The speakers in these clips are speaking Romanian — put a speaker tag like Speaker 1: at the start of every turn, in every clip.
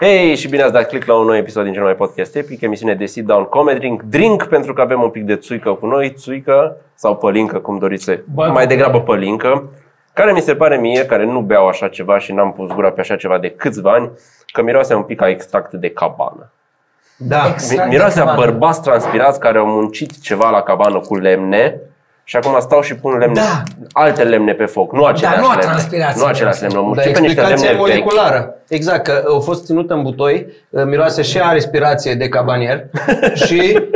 Speaker 1: Hei și bine ați dat click la un nou episod din cel mai podcast epic, emisiune de sit down comedy drink, drink pentru că avem un pic de țuică cu noi, țuică sau pălincă, cum doriți să,
Speaker 2: Bă,
Speaker 1: mai degrabă pălincă, care mi se pare mie, care nu beau așa ceva și n-am pus gura pe așa ceva de câțiva ani, că miroase un pic a extract de cabană.
Speaker 3: Da,
Speaker 1: Mi-
Speaker 2: Extract de
Speaker 1: Miroase a
Speaker 2: cabană.
Speaker 1: bărbați transpirați care au muncit ceva la cabană cu lemne și acum stau și pun lemne,
Speaker 2: Da.
Speaker 1: alte lemne pe foc, nu aceleași
Speaker 2: nu a
Speaker 1: lemne.
Speaker 2: transpirați
Speaker 1: Nu aceleași
Speaker 2: miroase.
Speaker 1: lemne, au
Speaker 3: da
Speaker 1: muncit pe niște
Speaker 3: explicație
Speaker 1: lemne vechi.
Speaker 3: moleculară. Exact, că au fost ținută în butoi, miroase și a respirație de cabanier și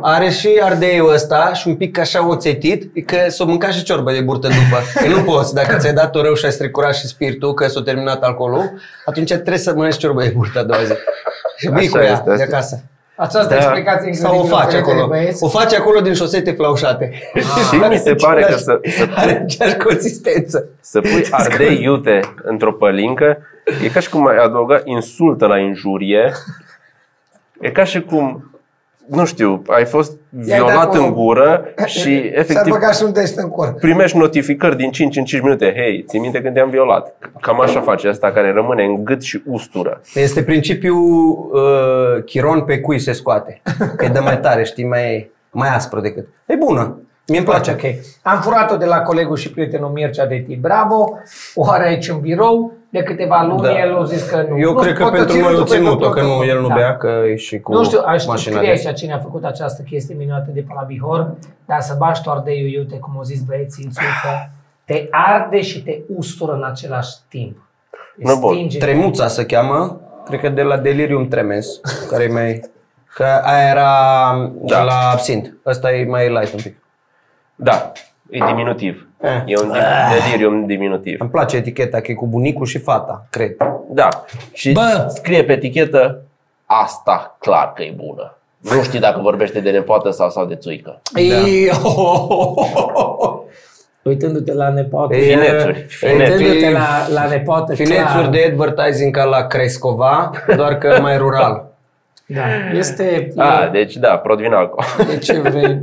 Speaker 3: are și ardeiul ăsta și un pic așa oțetit, că s-o mânca și ciorbă de burtă după. Că nu poți, dacă ți-ai dat o rău și ai stricurat și spiritul, că s-a terminat alcoolul, atunci trebuie să mănânci ciorbă de burtă a doua zi. Și
Speaker 1: Așa
Speaker 3: vii cu ea
Speaker 1: este,
Speaker 3: de
Speaker 1: asta.
Speaker 3: acasă.
Speaker 2: Această
Speaker 1: Da.
Speaker 2: da. explicație
Speaker 3: Sau o
Speaker 2: exotică
Speaker 3: faci
Speaker 2: oferită de
Speaker 3: acolo.
Speaker 2: băieți.
Speaker 3: O faci acolo din șosete flaușate.
Speaker 1: Ah. Și mi se pare că să, să
Speaker 3: Are aceeași consistență.
Speaker 1: Să pui ardei iute într-o pălincă e ca și cum ai adăuga insultă la injurie. E ca și cum, nu știu, ai fost
Speaker 2: dat
Speaker 1: violat
Speaker 2: cu-
Speaker 1: în gură și efectiv
Speaker 2: S-ar băga și un deșt în cor.
Speaker 1: primești notificări din 5 în 5 minute. Hei, ții minte când te-am violat? Cam așa face asta care rămâne în gât și ustură.
Speaker 3: Este principiul uh, chiron pe cui se scoate. Că e de mai tare, știi, mai, mai aspru decât. E bună. Mie îmi place.
Speaker 2: Ok. Am furat-o de la colegul și prietenul Mircea de tip. Bravo, o are aici în birou. De câteva luni
Speaker 3: Da.
Speaker 2: el a zis că nu.
Speaker 3: Eu
Speaker 2: nu,
Speaker 3: cred că
Speaker 2: pot
Speaker 3: pentru
Speaker 2: ține
Speaker 3: noi o
Speaker 2: tu,
Speaker 3: ținut-o,
Speaker 2: tot,
Speaker 3: că
Speaker 2: tot,
Speaker 3: nu,
Speaker 2: tot.
Speaker 3: el nu
Speaker 2: Da.
Speaker 3: bea, că e și cu
Speaker 2: Nu știu, aș
Speaker 3: mașina
Speaker 2: scrie
Speaker 3: de
Speaker 2: aici cine a făcut această chestie minunată de pe la Bihor, dar să bași tu ardeiul iute, cum au zis băieții, insultă, te arde și te ustură în același timp. Îi
Speaker 1: Nu, bun.
Speaker 2: stinge.
Speaker 3: Tremuța se cheamă, cred că de la Delirium Tremens, care e mai... Că aia era
Speaker 1: Da.
Speaker 3: da. la absint. Ăsta e mai light un pic.
Speaker 1: Da, e diminutiv.
Speaker 3: Eh.
Speaker 1: E un dim- delirium diminutiv.
Speaker 3: Îmi place eticheta, că e cu bunicul și fata, cred.
Speaker 1: Da. Și
Speaker 2: Bă!
Speaker 1: scrie pe etichetă asta clar că e bună. Nu știi dacă vorbește de nepoată sau, sau de țuică.
Speaker 2: Da. Ei, Uitându-te la nepoată.
Speaker 3: Ei,
Speaker 1: Finețuri,
Speaker 3: eh,
Speaker 1: finețuri.
Speaker 2: Uitându-te
Speaker 3: eh,
Speaker 2: la, la nepoată, clar.
Speaker 3: Finețuri de advertising ca la Crescova, doar că mai rural.
Speaker 2: Da. Este...
Speaker 1: A, deci da, prod vin alcool.
Speaker 2: De ce vrei?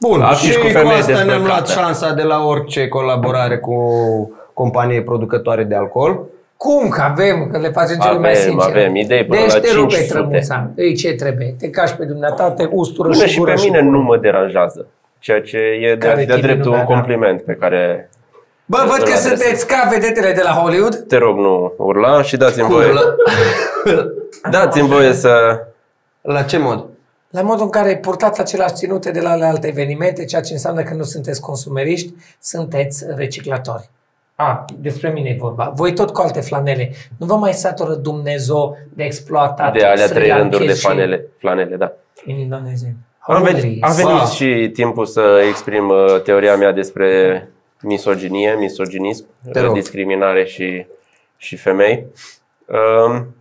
Speaker 3: Bun,
Speaker 1: Afiș
Speaker 3: și
Speaker 1: cu
Speaker 3: cu,
Speaker 1: femeie
Speaker 3: asta ne-am
Speaker 1: dezbrăcată.
Speaker 3: luat șansa de la orice colaborare cu companie producătoare de alcool.
Speaker 2: Cum că avem, că le facem cele mai
Speaker 1: Avem,
Speaker 2: sincere.
Speaker 1: avem idei până
Speaker 2: deci
Speaker 1: la
Speaker 2: te rupe
Speaker 1: 500.
Speaker 2: trămuța. Ei, ce trebuie? Te cași pe dumneata, te ustură
Speaker 1: Până
Speaker 2: și,
Speaker 1: și
Speaker 2: gură
Speaker 1: pe
Speaker 2: și
Speaker 1: mine
Speaker 2: gură.
Speaker 1: nu mă deranjează. Ceea ce e
Speaker 2: Care
Speaker 1: de, de
Speaker 2: tine
Speaker 1: dreptul
Speaker 2: nu
Speaker 1: un
Speaker 2: mea, da.
Speaker 1: compliment pe care,
Speaker 2: Bă, văd că
Speaker 1: Adresez.
Speaker 2: sunteți ca vedetele de la Hollywood.
Speaker 1: te rog, nu urla și dați-mi voie.
Speaker 3: La,
Speaker 1: Dați-mi voie să...
Speaker 3: la ce mod?
Speaker 2: La modul în care purtați același ținute de la alte evenimente, ceea ce înseamnă că nu sunteți consumeriști, sunteți reciclatori. A, despre mine e vorba. Voi tot cu alte flanele. Nu vă mai satură Dumnezeu de exploatat
Speaker 1: De alea
Speaker 2: Sri
Speaker 1: trei rânduri de
Speaker 2: Lankezi și
Speaker 1: flanele, flanele da.
Speaker 2: Indonezii.
Speaker 1: A venit, a venit
Speaker 3: Ba.
Speaker 1: și timpul să exprim uh, teoria mea despre misoginie, misoginism,
Speaker 3: Te rog.
Speaker 1: discriminare și, și femei. Um,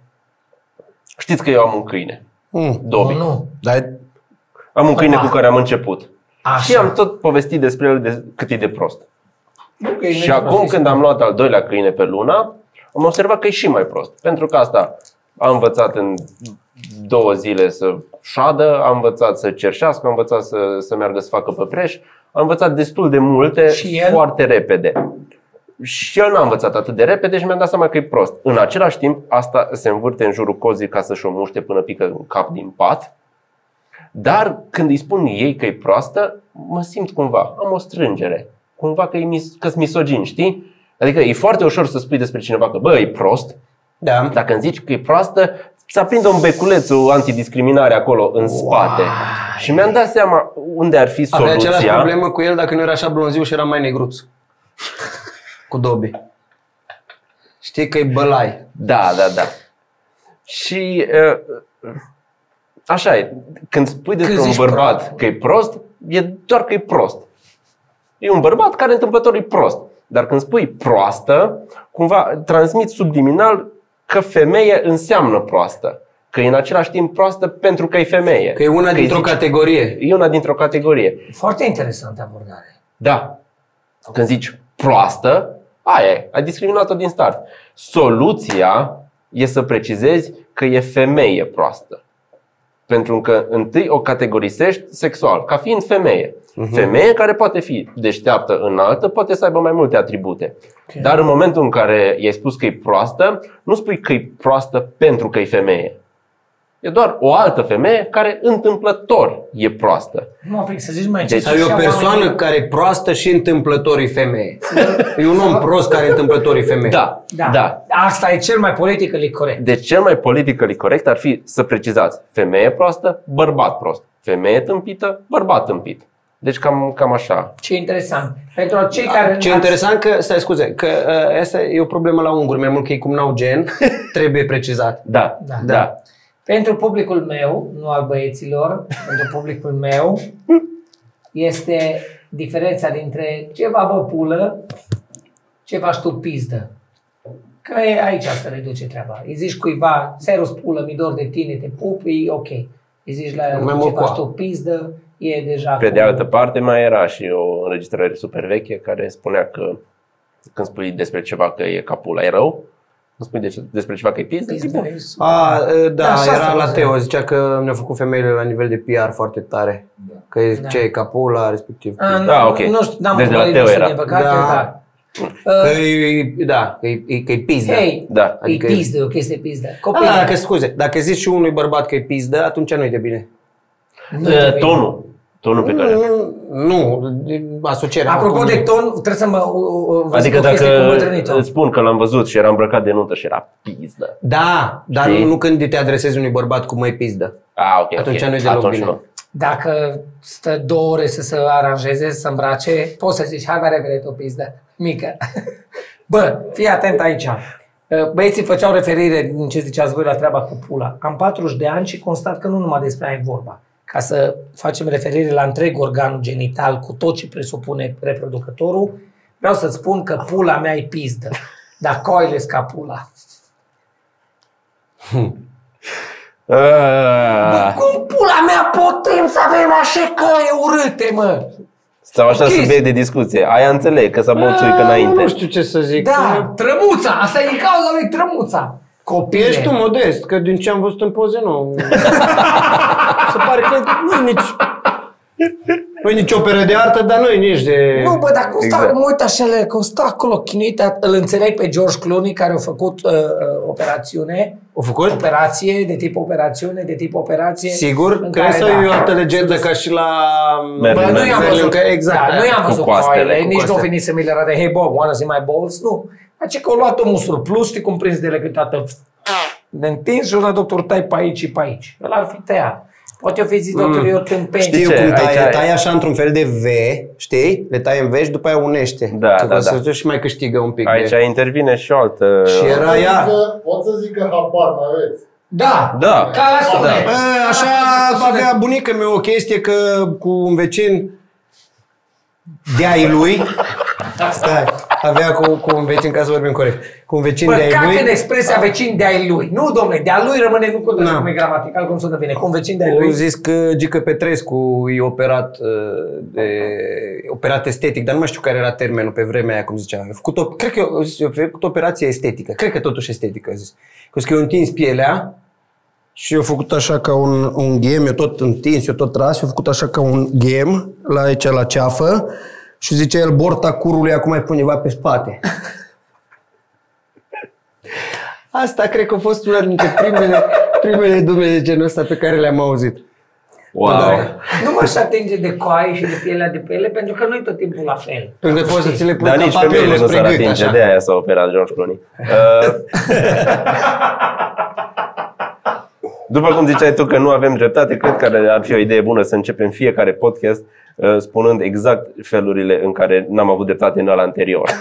Speaker 1: știți că eu am un câine,
Speaker 3: Mm.
Speaker 1: Dobby.
Speaker 2: Nu.
Speaker 3: Dar
Speaker 1: Am un câine
Speaker 2: Ah.
Speaker 1: cu care am început.
Speaker 2: Așa.
Speaker 1: Și am tot povestit despre el de, cât e de prost.
Speaker 2: Păi Nu că e
Speaker 1: Și
Speaker 2: neprost,
Speaker 1: acum
Speaker 2: este
Speaker 1: când am luat al doilea câine pe luna, am observat că e și mai prost. Pentru că asta a învățat în două zile să șadă, a învățat să cerșească, a învățat să, să meargă să facă pe preș, a învățat destul de multe
Speaker 2: Și el?
Speaker 1: foarte repede. Și el n-a învățat atât de repede și mi-am dat seama că e prost. În același timp, asta se învârte în jurul cozii ca să-și o muște până pică în cap din pat. Dar când îi spun ei că e proastă, mă simt cumva, am o strângere. Cumva că e mis- că-s misogin, știi? Adică e foarte ușor să spui despre cineva că, bă, e prost.
Speaker 3: Da.
Speaker 1: Dacă îmi zici că e proastă, să aprinde un beculețul antidiscriminare acolo, în spate. Și mi-am dat seama unde ar fi
Speaker 3: Avea aceeași
Speaker 1: soluția.
Speaker 3: problemă cu el dacă nu era așa blonziu și era mai negruț. Cu Dobby. Știi că e bălai.
Speaker 1: Da, da, da. Și uh, așa e. Când spui despre
Speaker 2: Când
Speaker 1: un
Speaker 2: zici
Speaker 1: bărbat că e prost, e doar că e prost. E un bărbat care întâmplător e prost. Dar când spui proastă, cumva transmiți subliminal că femeie înseamnă proastă. Că e în același timp proastă pentru că e femeie.
Speaker 3: Că e una
Speaker 1: Că-i
Speaker 3: dintr-o
Speaker 1: zici-
Speaker 3: categorie.
Speaker 1: E una dintr-o categorie.
Speaker 2: Foarte interesantă abordare.
Speaker 1: Da. Când zici proastă, aia e, ai discriminat-o din start. Soluția e să precizezi că e femeie proastă. Pentru că întâi o categorisești sexual, ca fiind femeie.
Speaker 3: Mhm.
Speaker 1: Femeie care poate fi deșteaptă înaltă, poate să aibă mai multe atribute. Dar în momentul în care i-ai spus că e proastă, nu spui că e proastă pentru că e femeie. E doar o altă femeie care întâmplător e proastă.
Speaker 2: Nu, fix, să zici mai
Speaker 1: Deci-
Speaker 2: ce.
Speaker 3: Sau e o persoană care e proastă și întâmplătorii femeie. E un om prost care e întâmplătorii femeie.
Speaker 1: Da, da. da.
Speaker 2: Asta e cel mai politically corect.
Speaker 1: Deci cel mai politically corect ar fi să precizați femeie proastă, bărbat prost. Femeie tâmpită, bărbat tâmpit. Deci cam, cam așa.
Speaker 2: Ce interesant. Pentru cei
Speaker 1: Da.
Speaker 2: care...
Speaker 3: Ce interesant că, stai scuze, că uh, asta e o problemă la unguri, mai mult că ei cum n-au gen, trebuie precizat.
Speaker 1: Da,
Speaker 2: Da.
Speaker 1: da. da.
Speaker 2: Pentru publicul meu, nu al băieților, pentru publicul meu, este diferența dintre ceva bă pulă, ceva știu pizdă. Că e aici asta reduce treaba. Îi zici cuiva, serus pulă, mi dor de tine, te pup, e ok. Îi zici la
Speaker 3: Mai
Speaker 2: el,
Speaker 3: mult
Speaker 2: ceva
Speaker 3: cu a.
Speaker 2: știu pizdă, e deja...
Speaker 1: Pe de
Speaker 2: cu-
Speaker 1: altă parte mai era și o înregistrare super veche care spunea că când spui despre ceva că e capul, ai rău. Când spui de- despre ceva că e pizdă, e
Speaker 2: Pizdă,
Speaker 1: bun.
Speaker 2: e super.
Speaker 3: A, uh, da,
Speaker 2: Așa
Speaker 3: era
Speaker 2: se
Speaker 3: la
Speaker 2: zice.
Speaker 3: Teo, zicea că ne-au făcut femeile la nivel de PR foarte tare. Că e
Speaker 2: Da.
Speaker 3: ce e capula, respectiv.
Speaker 2: A, nu,
Speaker 1: Da, ok.
Speaker 2: nu știu, n-am
Speaker 1: Deci de la
Speaker 2: urmărit,
Speaker 1: Teo
Speaker 2: nu știu,
Speaker 1: era.
Speaker 2: din păcate,
Speaker 3: Da.
Speaker 2: da.
Speaker 3: Că
Speaker 2: Uh,
Speaker 3: e, da, că e, că e pizdă.
Speaker 2: Hei,
Speaker 1: Da.
Speaker 3: Adică-
Speaker 2: e pizdă, e o chestie pizdă. Copii,
Speaker 3: Ah, dacă, scuze, dacă zici și unui bărbat că e pizdă, atunci nu-i de bine.
Speaker 2: nu e de bine.
Speaker 1: Tonul. Tonul pe care...
Speaker 3: Nu, nu, asocierea.
Speaker 2: Apropo
Speaker 3: acum-
Speaker 2: de ton, trebuie să mă o- o- vă
Speaker 1: Adică
Speaker 2: zic o chestie cu
Speaker 1: dacă
Speaker 2: bătrânitul.
Speaker 1: îți spun că l-am văzut și era îmbrăcat de nuntă și era pizdă.
Speaker 3: Da, dar
Speaker 1: Știi?
Speaker 3: nu, nu când te adresezi unui bărbat cu măi pizdă.
Speaker 1: A, Ah, ok,
Speaker 3: Atunci
Speaker 1: ok.
Speaker 3: nu-i deloc
Speaker 1: Atunci
Speaker 3: bine.
Speaker 1: nu.
Speaker 2: Dacă stă două ore să se aranjeze, să se îmbrace, poți să zici, hai mai repede tu pizdă, mică. Bă, fii atent aici. Ă, Băieții făceau referire din ce ziceați voi la treaba cu pula. Am 40 de ani și constat că nu numai despre aia e vorba. Ca să facem referire la întreg organul genital cu tot ce presupune reproducătorul, vreau să spun că pula mea e pizdă. Dar coile ca pula.
Speaker 1: Ah.
Speaker 2: Cum pula mea putem să avem așa căi urâte, mă?
Speaker 1: Sau așa
Speaker 2: Chestii.
Speaker 1: subiect de discuție. Aia înțeleg că s-a băut țuică înainte.
Speaker 3: Ah, Nu știu ce să zic.
Speaker 2: Da, trămuța, asta e cauza lui trămuța. Copile.
Speaker 3: Ești tu modest, că din ce am văzut în poze, nu. Se pare că nu e nici... Nu e nici operă de artă, dar nu e nici de...
Speaker 2: Nu, bă, dar cum exact.
Speaker 1: Exact.
Speaker 2: stă, mă uit așa, la el, cum stă acolo chinuit, îl înțeleg pe George Clooney care a făcut uh, uh, operațiune,
Speaker 3: O făcut?
Speaker 2: operație, de tip operațiune, de tip operație.
Speaker 3: Sigur?
Speaker 2: în
Speaker 3: Crezi
Speaker 2: care,
Speaker 3: sau e o altă legendă ca și la...
Speaker 1: Merlin
Speaker 2: Bă, nu
Speaker 1: Manson.
Speaker 2: i-am
Speaker 3: Merlin,
Speaker 2: văzut,
Speaker 3: că exact.
Speaker 2: exact, da, nu i-am
Speaker 1: Cu
Speaker 2: văzut
Speaker 1: coastele,
Speaker 2: coastele,
Speaker 1: cu
Speaker 2: nici nu a
Speaker 1: coastele.
Speaker 2: venit să mi le arate, hey Bob, wanna see my balls? Nu. Dar ce că au luat omul surplus, știi cum prins de legătată. Ne întins și ăla doctor tai pe aici și pe aici. Ăla ar fi tăiat. Poate o fi zis
Speaker 1: Mm.
Speaker 2: doctor, eu tâmpeni.
Speaker 3: Știu
Speaker 1: Ce?
Speaker 3: cum
Speaker 1: Aici
Speaker 3: taie,
Speaker 1: ai-
Speaker 3: taie așa într-un fel de V, știi? Le taie în V și după aia unește.
Speaker 1: Da,
Speaker 3: Să
Speaker 1: da,
Speaker 3: să
Speaker 1: da.
Speaker 3: duci și mai câștigă un pic.
Speaker 1: Aici
Speaker 3: de...
Speaker 1: intervine și o altă...
Speaker 3: Și era ea.
Speaker 4: Pot să zic că habar nu aveți.
Speaker 2: Da.
Speaker 1: Da.
Speaker 2: Ca la sune.
Speaker 3: Bă, așa avea bunica mea o chestie că cu un vecin de ai lui, stai, avea cu, cu un vecin, ca să vorbim corect, cu un vecin de
Speaker 2: Bă,
Speaker 3: ai
Speaker 2: cacă în
Speaker 3: lui,
Speaker 1: Da.
Speaker 2: expresia vecin de ai lui. Nu, domne, de a lui rămâne nu contează
Speaker 3: Na.
Speaker 2: cum e gramatical, cum sună bine. Cum vecin de ai
Speaker 3: au
Speaker 2: lui.
Speaker 3: zis că Gică Petrescu e operat, uh, de, operat estetic, dar nu mai știu care era termenul pe vremea aia, cum ziceam. A făcut o, cred că eu- a făcut operație estetică, cred că totuși estetică, a zis. Că zic că eu întins pielea, Și eu făcut așa ca un, un ghem, eu tot întins, eu tot tras, eu făcut așa ca un ghem la aici, la ceafă. Și zice el, borta curului acum îi pune ceva pe spate. Asta cred că a fost una dintre primele, primele dume de genul ăsta pe care le-am auzit.
Speaker 1: Wow.
Speaker 3: Da.
Speaker 2: Nu m-aș atinge de coaie și de pielea de pe ele, pentru că nu e tot timpul la fel.
Speaker 3: Pentru că poți să ți le pui
Speaker 1: Dar
Speaker 3: ca
Speaker 1: nici
Speaker 3: papelul
Speaker 1: femeile nu
Speaker 3: spre
Speaker 1: s-ar
Speaker 3: gât,
Speaker 1: atinge,
Speaker 3: așa.
Speaker 1: de aia s-a operat George Clooney. Uh, După cum ziceai tu că nu avem dreptate, cred că ar fi o idee bună să începem fiecare podcast uh, spunând exact felurile în care n-am avut dreptate în ăla anterior.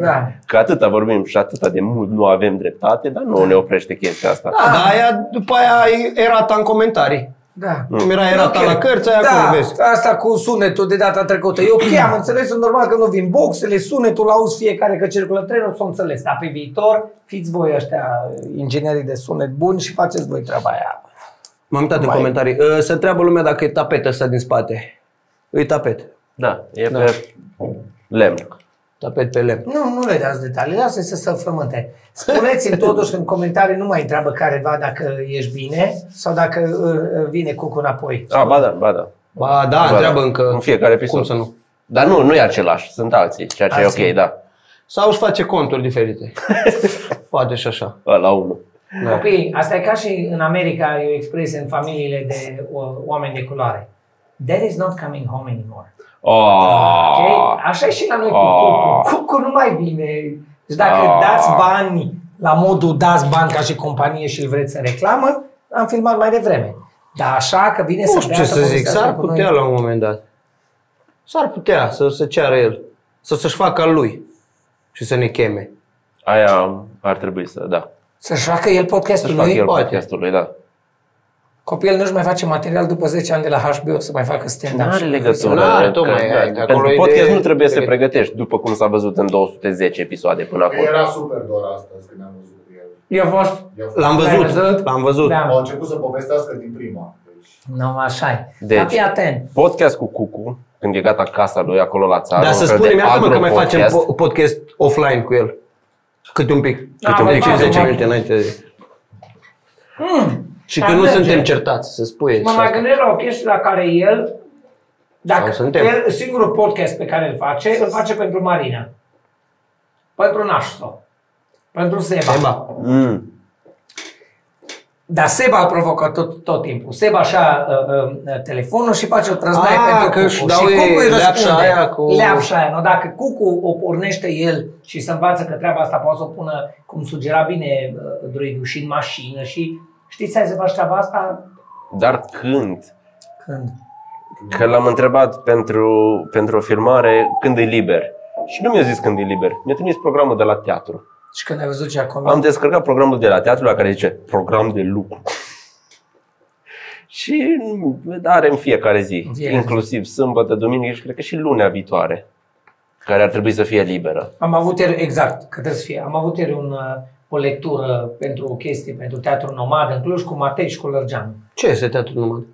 Speaker 2: Da.
Speaker 1: Că atâta vorbim și atâta de mult nu avem dreptate, dar nu ne oprește chestia asta.
Speaker 3: Da, dar aia, după aia era ta în comentarii.
Speaker 2: Da.
Speaker 3: Cum era, era ta
Speaker 2: Ok.
Speaker 3: la cărți, aia
Speaker 2: da,
Speaker 3: acum vezi.
Speaker 2: asta cu sunetul de data trecută. E ok, am înțeles, e normal că nu vin boxele, sunetul, auzi fiecare că circulă trenul, s-o înțeles. Dar pe viitor, fiți voi ăștia inginerii de sunet buni și faceți voi treaba aia.
Speaker 3: M-am uitat în
Speaker 2: Mai-
Speaker 3: comentarii. Uh, Să întreabă lumea dacă e tapet ăsta din spate. E tapet.
Speaker 1: Da, e pe lemn.
Speaker 3: Tapet pe lemn.
Speaker 2: Nu, nu le dați detalii, lasă să se frământe. Spuneți-mi totuși în comentarii, nu mai întreabă careva dacă ești bine sau dacă uh, uh, vine cu înapoi.
Speaker 1: A, ba da, ba da.
Speaker 3: Ba da,
Speaker 1: Ba,
Speaker 3: întreabă
Speaker 1: da.
Speaker 3: încă.
Speaker 1: În fiecare episod.
Speaker 3: Cum să nu? Ah,
Speaker 1: Dar nu, nu e același, sunt alții, ceea ce
Speaker 2: Alții.
Speaker 1: e ok, da.
Speaker 3: Sau își face conturi diferite. Poate și așa.
Speaker 1: La unul.
Speaker 3: Da.
Speaker 2: Copii, asta e ca și în America, e o expresie în familiile de o, oameni de culoare. That is not coming home anymore.
Speaker 3: Ah.
Speaker 1: Oh.
Speaker 2: Okay? Așa e și la noi cu
Speaker 1: Ah.
Speaker 2: cucu. Cucu nu mai vine. Deci dacă
Speaker 1: Ah.
Speaker 2: dați bani, la modul dați bani ca și companie și îl vreți în reclamă, am filmat mai devreme. Dar așa că vine să
Speaker 3: Nu știu ce
Speaker 2: vrea
Speaker 3: să zic,
Speaker 2: povestească
Speaker 3: s-ar
Speaker 2: cu noi.
Speaker 3: putea la un moment dat. S-ar putea să se ceară el, să să-și facă al lui și să ne cheme.
Speaker 1: Aia ar trebui să, da.
Speaker 2: Să-și facă el podcastul
Speaker 1: Să-și fac
Speaker 2: lui.
Speaker 1: el
Speaker 3: poate.
Speaker 1: podcastul lui, da.
Speaker 2: Copilul nu-și mai face material după 10 ani de la HBO să mai facă
Speaker 1: Nu
Speaker 2: stand-up.
Speaker 1: are legătură.
Speaker 3: N-are,
Speaker 1: că-
Speaker 3: tocmai,
Speaker 1: Deci, da,
Speaker 3: ai, că
Speaker 1: pentru
Speaker 3: acolo e
Speaker 1: podcast
Speaker 3: de-
Speaker 1: nu trebuie să
Speaker 3: de-
Speaker 1: te pregătești, după cum s-a văzut în 210 episoade până
Speaker 4: Că
Speaker 1: acum.
Speaker 4: Era super doar astăzi când am văzut cu el.
Speaker 2: Eu fost...
Speaker 4: Eu-
Speaker 3: L-am
Speaker 2: L-ai
Speaker 3: văzut,
Speaker 2: văzut?
Speaker 3: l-am văzut.
Speaker 2: Da.
Speaker 4: Au început să povestească din prima. Deci,
Speaker 2: Nu, așa e.
Speaker 1: Deci.
Speaker 2: Dar fii atent.
Speaker 1: Podcast cu Cucu, când e gata casa lui acolo la țară.
Speaker 3: Dar
Speaker 1: un
Speaker 3: Da, să
Speaker 1: fel de
Speaker 3: spunem, iartă mă că mai facem
Speaker 1: agro-podcast.
Speaker 3: po- podcast offline cu el. Câte un pic.
Speaker 2: Da,
Speaker 3: Câte un
Speaker 2: mă,
Speaker 3: pic,
Speaker 2: da,
Speaker 3: 10
Speaker 2: mă.
Speaker 3: minute înainte. de-
Speaker 2: Mm.
Speaker 3: Și că nu
Speaker 2: Merge.
Speaker 3: suntem certați, să spui.
Speaker 2: Mă mai gândesc la o chestie la care el, dacă
Speaker 3: Sau suntem.
Speaker 2: el, singurul podcast pe care îl face, îl face pentru Marina. Pentru Nașto. Pentru Seba.
Speaker 3: Eba,
Speaker 1: Mm.
Speaker 2: Dar Seba a provocat tot, tot timpul. Seba și-a uh, uh, telefonul și face o trăznaie
Speaker 3: Ah,
Speaker 2: pentru
Speaker 3: că
Speaker 2: Cucu.
Speaker 3: își dau
Speaker 2: și
Speaker 3: ei
Speaker 2: Cucu îi
Speaker 3: leapșa
Speaker 2: răspunde.
Speaker 3: aia cu-
Speaker 2: Leapșa aia, nu? Dacă Cucu o pornește el și se învață că treaba asta poate să o pună, cum sugera bine uh, druidul, și în mașină și... Știți, hai să faci treaba asta
Speaker 1: Dar când?
Speaker 2: când?
Speaker 1: Că l-am întrebat pentru, pentru o filmare când e liber. Și nu mi-a zis când e liber. Mi-a trimis programul de la teatru.
Speaker 2: Și când ai văzut ce acolo?
Speaker 1: Am descărcat programul de la teatru la care zice program de lucru. și are în fiecare zi,
Speaker 2: În fiecare zi.
Speaker 1: inclusiv sâmbătă, duminică și cred că și lunea viitoare, care ar trebui să fie liberă.
Speaker 2: Am avut ieri, exact, că trebuie să fie. Am avut ieri un, uh, o lectură pentru o chestie, pentru Teatru Nomad în Cluj, cu Matei și cu Lărgeanu.
Speaker 3: ce este teatrul numai?